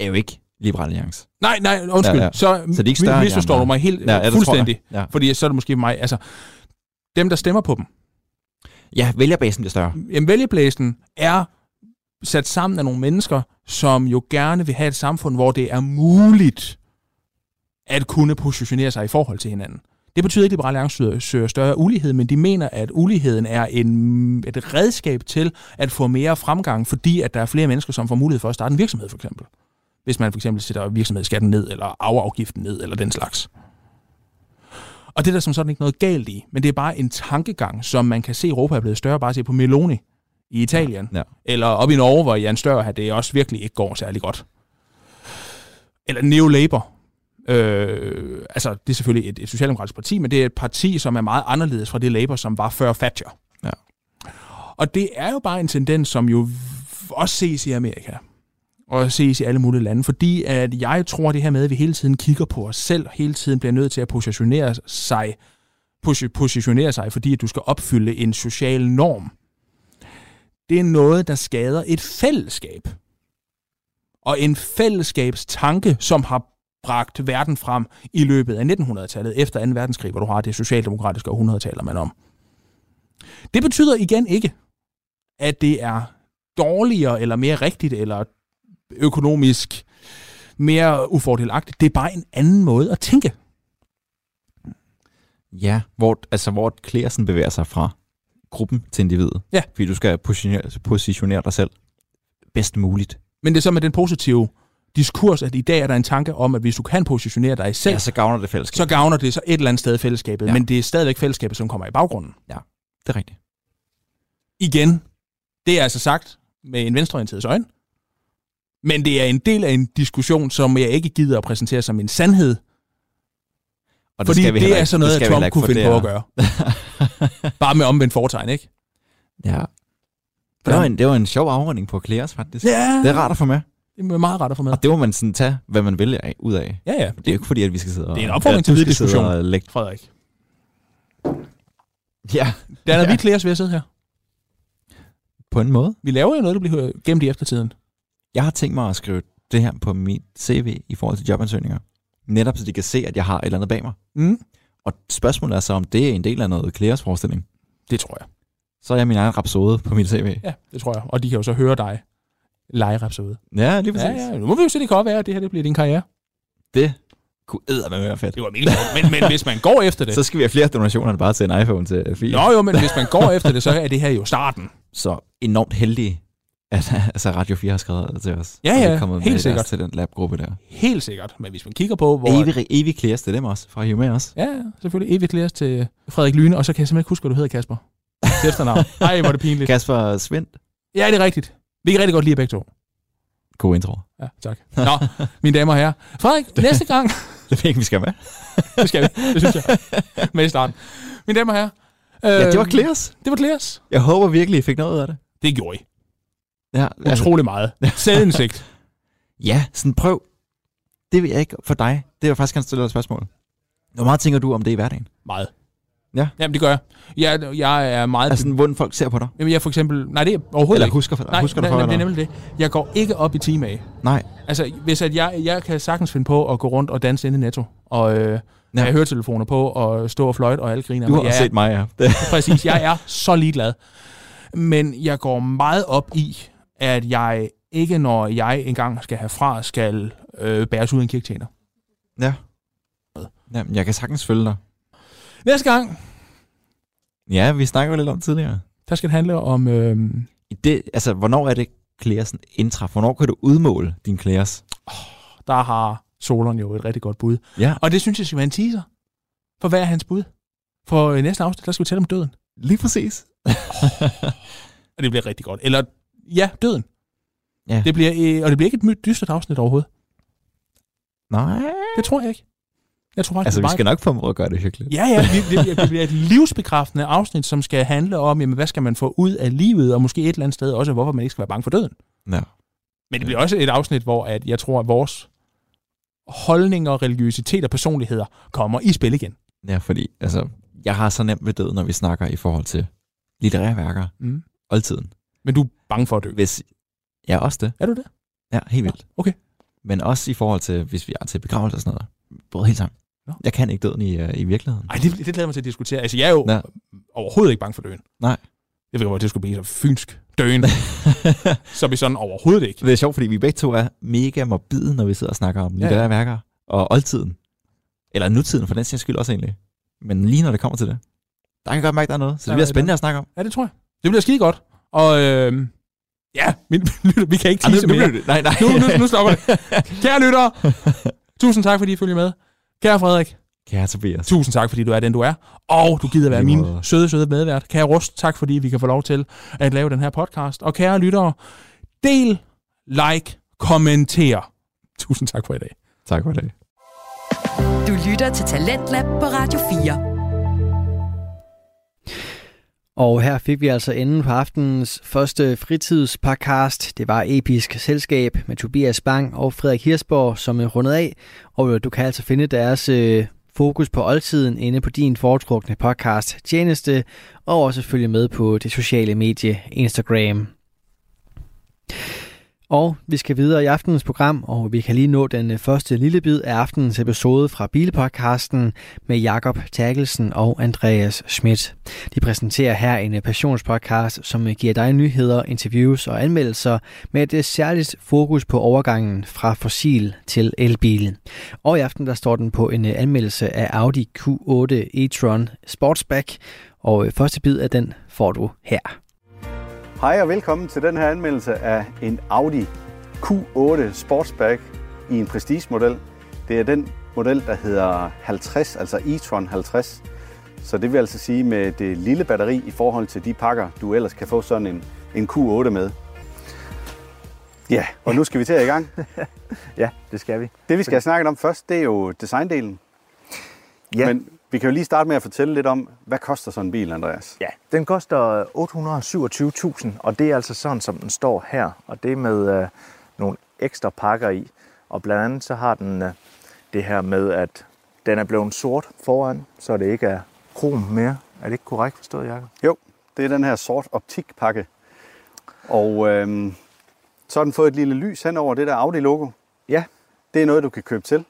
Speaker 5: er jo ikke Liberal Alliance.
Speaker 4: Nej, nej, undskyld.
Speaker 5: Ja,
Speaker 4: Ja,
Speaker 5: ja.
Speaker 4: ja. Så,
Speaker 5: Så de er ikke større end de
Speaker 4: misforstår
Speaker 5: andre.
Speaker 4: du mig helt
Speaker 5: Ja, ja,
Speaker 4: ja,
Speaker 5: det tror
Speaker 4: fuldstændig.
Speaker 5: jeg. Ja.
Speaker 4: Fordi så er det måske mig. Altså, dem, der stemmer på dem.
Speaker 5: Ja, vælgerbasen bliver større.
Speaker 4: Jamen, vælgeblæsen er sat sammen af nogle mennesker, som jo gerne vil have et samfund, hvor det er muligt at kunne positionere sig i forhold til hinanden. Det betyder ikke, at Liberale Alliance søger- søger større ulighed, men de mener, at uligheden er en, et redskab til at få mere fremgang, fordi at der er flere mennesker, som får mulighed for at starte en virksomhed, for eksempel. Hvis man for eksempel sætter virksomhedsskatten ned, eller arveafgiften ned, eller den slags. Og det er der som sådan ikke noget galt i, men det er bare en tankegang, som man kan se, Europa er blevet større, bare se på Meloni i Italien,
Speaker 5: Ja.
Speaker 4: eller op i Norge, hvor Jan Stør har det også virkelig ikke går særlig godt. Eller Neo Labour. Øh, altså, det er selvfølgelig et, et socialdemokratisk parti, men det er et parti, som er meget anderledes fra det Labour, som var før Thatcher.
Speaker 5: Ja.
Speaker 4: Og det er jo bare en tendens, som jo v- også ses i Amerika og ses i alle mulige lande, fordi at jeg tror det her med, at vi hele tiden kigger på os selv, og hele tiden bliver nødt til at positionere sig, posi- positionere sig fordi at du skal opfylde en social norm. Det er noget, der skader et fællesskab. Og en fællesskabstanke, som har bragt verden frem i løbet af 1900-tallet, efter 2. verdenskrig, hvor du har det socialdemokratiske århundrede, taler man om. Det betyder igen ikke, at det er dårligere eller mere rigtigt eller økonomisk mere ufordelagtigt. Det er bare en anden måde at tænke.
Speaker 5: Ja, hvor, altså, hvor Klersen bevæger sig fra gruppen til individet.
Speaker 4: Ja.
Speaker 5: Fordi du skal positionere, positionere dig selv bedst muligt.
Speaker 4: Men det er så med den positive diskurs, at i dag er der en tanke om, at hvis du kan positionere dig selv,
Speaker 5: Ja,
Speaker 4: yes.
Speaker 5: så gavner det fællesskab.
Speaker 4: så gavner det så et eller andet sted fællesskabet.
Speaker 5: Ja.
Speaker 4: Ja. Men det er stadigvæk fællesskabet, som kommer i baggrunden.
Speaker 5: Det er rigtigt.
Speaker 4: Igen, det er altså sagt med en venstreorienteret øjne. Men det er en del af en diskussion, som jeg ikke gider at præsentere som en sandhed,
Speaker 5: Og
Speaker 4: fordi det,
Speaker 5: heller
Speaker 4: det er sådan noget,
Speaker 5: skal
Speaker 4: at
Speaker 5: vi heller
Speaker 4: Trump
Speaker 5: ikke,
Speaker 4: kunne
Speaker 5: for
Speaker 4: finde
Speaker 5: det
Speaker 4: på
Speaker 5: er-
Speaker 4: at gøre. Bare med omvendt foretegn, ikke?
Speaker 5: Ja. Det var, en, det var en sjov afrunding på Klæres, faktisk. Ja. Det er rart at få med.
Speaker 4: Det er meget rart at få med.
Speaker 5: Og det må man sådan tage, hvad man vil af, ud af.
Speaker 4: Ja, ja.
Speaker 5: Det er jo ikke fordi, at vi skal sidde og...
Speaker 4: Det er en opfordring
Speaker 5: at
Speaker 4: til
Speaker 5: du
Speaker 4: videre
Speaker 5: skal sidde
Speaker 4: diskussion.
Speaker 5: og lægge...
Speaker 4: Frederik.
Speaker 5: Ja,
Speaker 4: Der er
Speaker 5: Ja.
Speaker 4: ja. vi klæder os ved at sidde her.
Speaker 5: på en måde.
Speaker 4: Vi laver jo noget, der bliver gemt i eftertiden.
Speaker 5: Jeg har tænkt mig at skrive det her på mit CV i forhold til jobansøgninger. Netop så de kan se, at jeg har et eller andet bag mig.
Speaker 4: Mm.
Speaker 5: Og spørgsmålet er så, om det er en del af noget Klæres forestilling.
Speaker 4: Det tror jeg.
Speaker 5: Så er jeg min egen rapsode på mit CV.
Speaker 4: Ja, det tror jeg. Og de kan jo så høre dig lege så ud.
Speaker 5: Ja, lige
Speaker 4: Ja,
Speaker 5: præcis.
Speaker 4: ja. Nu må vi jo se, det kan også være, at det her det bliver din karriere.
Speaker 5: Det kunne eddermame være fedt.
Speaker 4: Det var mega sjovt. men, men hvis man går efter det...
Speaker 5: Så skal vi have flere donationer end bare til en iPhone til Fie.
Speaker 4: Nå jo, men hvis man går efter det, så er det her jo starten.
Speaker 5: Så enormt heldige, at altså Radio 4 har skrevet til os.
Speaker 4: Ja,
Speaker 5: Og
Speaker 4: ja,
Speaker 5: vi er kommet
Speaker 4: helt
Speaker 5: med i
Speaker 4: sikkert.
Speaker 5: Deres, til den labgruppe der.
Speaker 4: Helt sikkert. Men hvis man kigger på, hvor...
Speaker 5: Evig, evig Klæres til dem også, fra Hume også.
Speaker 4: Ja, ja, selvfølgelig. Evigt læres til Frederik Lyne, og så kan jeg simpelthen ikke huske, hvad du hedder, Kasper. Til efternavn. Ej, hvor er det pinligt.
Speaker 5: Kasper Svendt.
Speaker 4: Ja, det er rigtigt. Vi kan rigtig godt lide jer begge to.
Speaker 5: God intro.
Speaker 4: Ja, tak. Nå, mine damer og herrer. Frederik, næste gang,
Speaker 5: Det ved jeg ikke, vi skal med.
Speaker 4: Det skal vi. Det synes jeg. Med i starten. Mine damer og herrer. Øh,
Speaker 5: Ja, det var Klæres.
Speaker 4: Det var Clears.
Speaker 5: Jeg håber virkelig, I fik noget ud af det.
Speaker 4: Det gjorde I.
Speaker 5: Ja, altså,
Speaker 4: Utrolig meget. Selvindsigt.
Speaker 5: ja sådan prøv. Det vil jeg ikke for dig. Det er jeg faktisk gerne stille dig et spørgsmål. Hvor meget tænker du om det i hverdagen?
Speaker 4: meget.
Speaker 5: Ja.
Speaker 4: Jamen, det gør jeg. Jeg, jeg er meget...
Speaker 5: Altså,
Speaker 4: Altså,
Speaker 5: hvordan folk ser på dig?
Speaker 4: Jamen, jeg for eksempel... Nej, det er overhovedet
Speaker 5: Eller
Speaker 4: ikke.
Speaker 5: husker,
Speaker 4: Nej,
Speaker 5: husker
Speaker 4: nej,
Speaker 5: dig for
Speaker 4: nej, det er
Speaker 5: dig?
Speaker 4: nemlig det. Jeg går ikke op i time af.
Speaker 5: Nej,
Speaker 4: Altså, hvis at jeg, jeg kan sagtens finde på at gå rundt og danse inde i Netto, og øh, ja. have høretelefoner på, og stå og fløjte, og alle griner.
Speaker 5: du
Speaker 4: Men
Speaker 5: har
Speaker 4: jeg er-
Speaker 5: set mig, ja. Det.
Speaker 4: Præcis, jeg er så ligeglad. Men jeg går meget op i, at jeg ikke, når jeg engang skal herfra, skal øh, bæres ud af en kirketjener.
Speaker 5: Ja. Jamen, jeg kan sagtens følge dig.
Speaker 4: Næste gang,
Speaker 5: Ja, vi snakker jo lidt om tidligere.
Speaker 4: der skal det handle om... Øh,
Speaker 5: I det, altså, hvornår er det klæresten indtræffer? Hvornår kan du udmåle din klæres?
Speaker 4: Der har Solon jo et rigtig godt bud.
Speaker 5: Ja.
Speaker 4: Og det synes jeg skal være en teaser. For hvad er hans bud? For øh, næste afsnit, der skal vi tale om døden.
Speaker 5: Lige præcis.
Speaker 4: Og det bliver rigtig godt. Eller, ja, døden.
Speaker 5: Ja.
Speaker 4: Det bliver, øh, og det bliver ikke et my- dystert afsnit overhovedet.
Speaker 5: Nej.
Speaker 4: Det tror jeg ikke. Jeg tror faktisk,
Speaker 5: Altså,
Speaker 4: det
Speaker 5: vi
Speaker 4: er
Speaker 5: skal nok formå at gøre det hyggeligt.
Speaker 4: Ja, ja, det, det, bliver- det bliver et livsbekræftende afsnit, som skal handle om, jamen, hvad skal man få ud af livet, og måske et eller andet sted også, hvorfor man ikke skal være bange for døden.
Speaker 5: Nå.
Speaker 4: Men det bliver også et afsnit, hvor at jeg tror, at vores holdninger, religiøsitet og personligheder kommer i spil igen.
Speaker 5: Ja, fordi altså, jeg har så nemt ved døden, når vi snakker i forhold til litterære værker,
Speaker 4: Mm.
Speaker 5: oldtiden.
Speaker 4: Men du er bange for at dø.
Speaker 5: Hvis, ja, også det.
Speaker 4: Er du det?
Speaker 5: Ja, helt vildt.
Speaker 4: okay.
Speaker 5: Men også i forhold til, hvis vi er til begravelse og sådan noget. Både helt sammen.
Speaker 4: Nå.
Speaker 5: Jeg kan ikke døden i, øh, i virkeligheden.
Speaker 4: Nej, det, det glæder jeg mig til at diskutere. Altså, jeg er jo
Speaker 5: Ja.
Speaker 4: ja. overhovedet ikke bange for døden.
Speaker 5: Nej.
Speaker 4: Jeg ved godt, det skulle blive så fynsk. Døden. så er vi sådan overhovedet ikke.
Speaker 5: det er sjovt, fordi vi begge to er mega morbide, når vi sidder og snakker om
Speaker 4: Ja, ja.
Speaker 5: litterære værker og oldtiden. Eller nutiden, for den sags skyld også egentlig. Men lige når det kommer til det, der kan jeg godt mærke, der er noget. Så
Speaker 4: Der
Speaker 5: det bliver
Speaker 4: er
Speaker 5: spændende at snakke om.
Speaker 4: Ja, det tror jeg. Det bliver skide godt. Og øh, ja, min, vi kan ikke tease mere.
Speaker 5: det, nej, nej.
Speaker 4: nu, nu, nu stopper det. Kære lyttere, tusind tak, fordi I følger med. Kære Frederik,
Speaker 5: Kære Tobias.
Speaker 4: tusind tak, fordi du er den, du er. Og du gider være
Speaker 5: Lige
Speaker 4: min
Speaker 5: måde.
Speaker 4: søde, søde medvært. Kære Rust, tak fordi vi kan få lov til at lave den her podcast. Og kære lyttere, del, like, kommenter. Tusind tak for i dag.
Speaker 5: Tak for det.
Speaker 2: Du lytter til Talentlab på Radio 4.
Speaker 3: Og her fik vi altså enden på aftenens første fritidspodcast. Det var Episk Selskab med Tobias Bang og Frederik Hirsborg, som er rundet af. Og øh, du kan altså finde deres øh, fokus på oldtiden inde på din foretrukne podcast Tjeneste, og også følge med på det sociale medie Instagram. Og vi skal videre i aftenens program, og vi kan lige nå den øh, første lille bid af aftenens episode fra Bilpodcasten med Jakob Terkelsen og Andreas Schmidt. De præsenterer her en øh, passionspodcast, som øh, giver dig nyheder, interviews og anmeldelser med et øh, særligt fokus på overgangen fra fossil til elbilen. Og i aften der står den på en øh, anmeldelse af Audi Q8 e-tron Sportsback, og øh, første bid af den får du her.
Speaker 1: Hej og velkommen til den her anmeldelse af en Audi Q8 Sportsback i en prestigemodel. Det er den model, der hedder 50, altså e-tron 50. Så det vil altså sige med det lille batteri i forhold til de pakker, du ellers kan få sådan en, en Q8 med. Ja, og nu skal vi til at i gang.
Speaker 6: Ja, det skal vi.
Speaker 1: Det vi skal have snakket om først, det er jo designdelen.
Speaker 6: Ja, Men...
Speaker 1: Men vi kan jo lige starte med at fortælle lidt om, hvad koster sådan en bil, Andreas?
Speaker 6: ja. den koster 827.000, og det er altså sådan, som den står her. Og det er med øh, nogle ekstra pakker i. Og blandt andet så har den øh, det her med, at den er blevet sort foran, så det ikke er krom mere. Er det ikke korrekt forstået, Jacob?
Speaker 1: Jo, det er den her sort optikpakke. Og øhm, så har den fået et lille lys hen over det der Audi-logo.
Speaker 6: Ja,
Speaker 1: Det er noget, du kan købe til.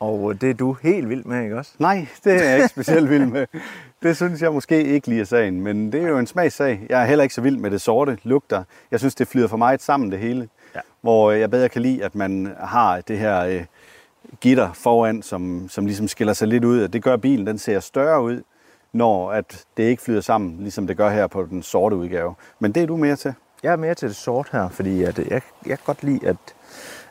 Speaker 6: og øh, det er du helt vild med, ikke også?
Speaker 1: Nej, det er jeg ikke specielt vild med. Det synes jeg måske ikke lige er sagen, men det er jo en smagssag. Jeg er heller ikke så vild med det sorte lugter. Jeg synes, det flyder for meget sammen det hele.
Speaker 6: Ja.
Speaker 1: Hvor øh, jeg bedre kan lide, at man har det her øh, gitter foran, som, som ligesom skiller sig lidt ud. Og Det gør at bilen, den ser større ud, når at det ikke flyder sammen, ligesom det gør her på den sorte udgave. Men det er du mere til.
Speaker 6: Jeg er mere til det sort her, fordi at jeg, jeg kan godt lide, at,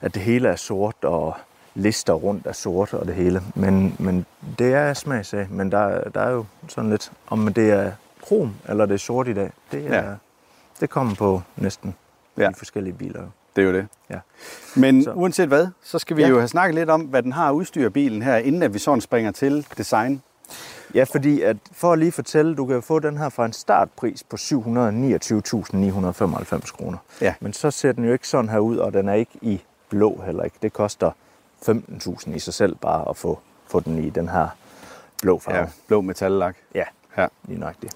Speaker 6: at det hele er sort, og lister rundt er sort og det hele. Men, men det er smagsag, men der, der er jo sådan lidt, om det er krom eller det er sort i dag, det, er,
Speaker 1: Ja.
Speaker 6: ja. det kommer på næsten
Speaker 1: Ja.
Speaker 6: ja. de forskellige biler.
Speaker 1: Det er jo det.
Speaker 6: Ja.
Speaker 1: Men så.
Speaker 6: Så-
Speaker 1: uanset hvad, så skal vi ja.
Speaker 6: Ja.
Speaker 1: jo have snakket lidt om, hvad den har af udstyr i bilen her, inden at vi sådan springer til design.
Speaker 6: Ja, fordi at, for at lige fortælle, du kan jo få den her fra en startpris på 729.995 kroner.
Speaker 1: Ja.
Speaker 6: Men så ser den jo ikke sådan her ud, og den er ikke i blå heller ikke. Det koster 15.000 i sig selv bare at få, få den i den her blå farve.
Speaker 1: Ja,
Speaker 6: Ja,
Speaker 1: blå metallak.
Speaker 6: ja
Speaker 1: Ja.
Speaker 6: lige nøjagtigt.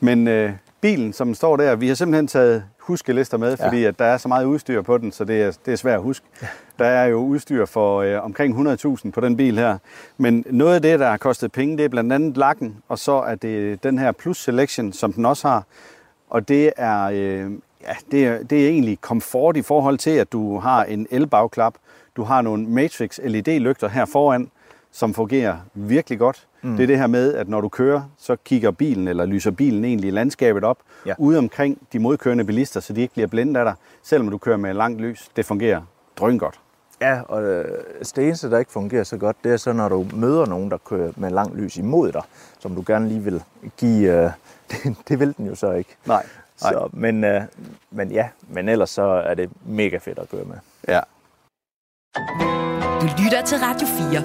Speaker 1: Men øh, bilen, som den står der, vi har simpelthen taget huskelister med,
Speaker 6: Ja.
Speaker 1: fordi at der er så meget udstyr på den, så det er, det er svært at huske. Ja. Der er jo udstyr for øh, omkring 100.000 på den bil her. Men noget af det, der har kostet penge, det er blandt andet lakken, og så er det den her Plus Selection, som den også har. Og det er, øh, ja, det er, det er egentlig komfort i forhold til, at du har en elbagklap, du har nogle Matrix LED-lygter E her foran, som fungerer virkelig godt. Mm. Det er det her med, at når du kører, så kigger bilen, eller lyser bilen egentlig landskabet op,
Speaker 6: Ja.
Speaker 1: ja. ude omkring de modkørende bilister, så de ikke bliver blændet af dig, selvom du kører med langt lys. Det fungerer drøn godt.
Speaker 6: Ja, og øh, det eneste, der ikke fungerer så godt, det er så, når du møder nogen, der kører med langt lys imod dig, som du gerne lige vil give... Øh, det, det vil den jo så ikke.
Speaker 1: Nej.
Speaker 6: Så, men, øh, men ja, men ellers så er det mega fedt at køre med.
Speaker 1: Ja.
Speaker 2: Du lytter til Radio 4.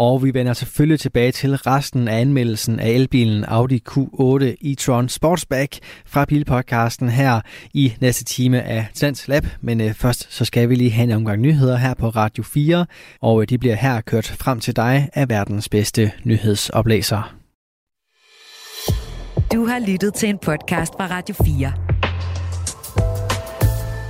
Speaker 3: Og vi vender selvfølgelig tilbage til resten af anmeldelsen af elbilen Audi Q8 e-tron Sportsback fra Bilpodcasten her i næste time af Dansk Lab. Men øh, først så skal vi lige have en omgang nyheder her på Radio 4, og øh, de bliver her kørt frem til dig af verdens bedste nyhedsoplæser.
Speaker 2: Du har lyttet til en podcast fra Radio 4.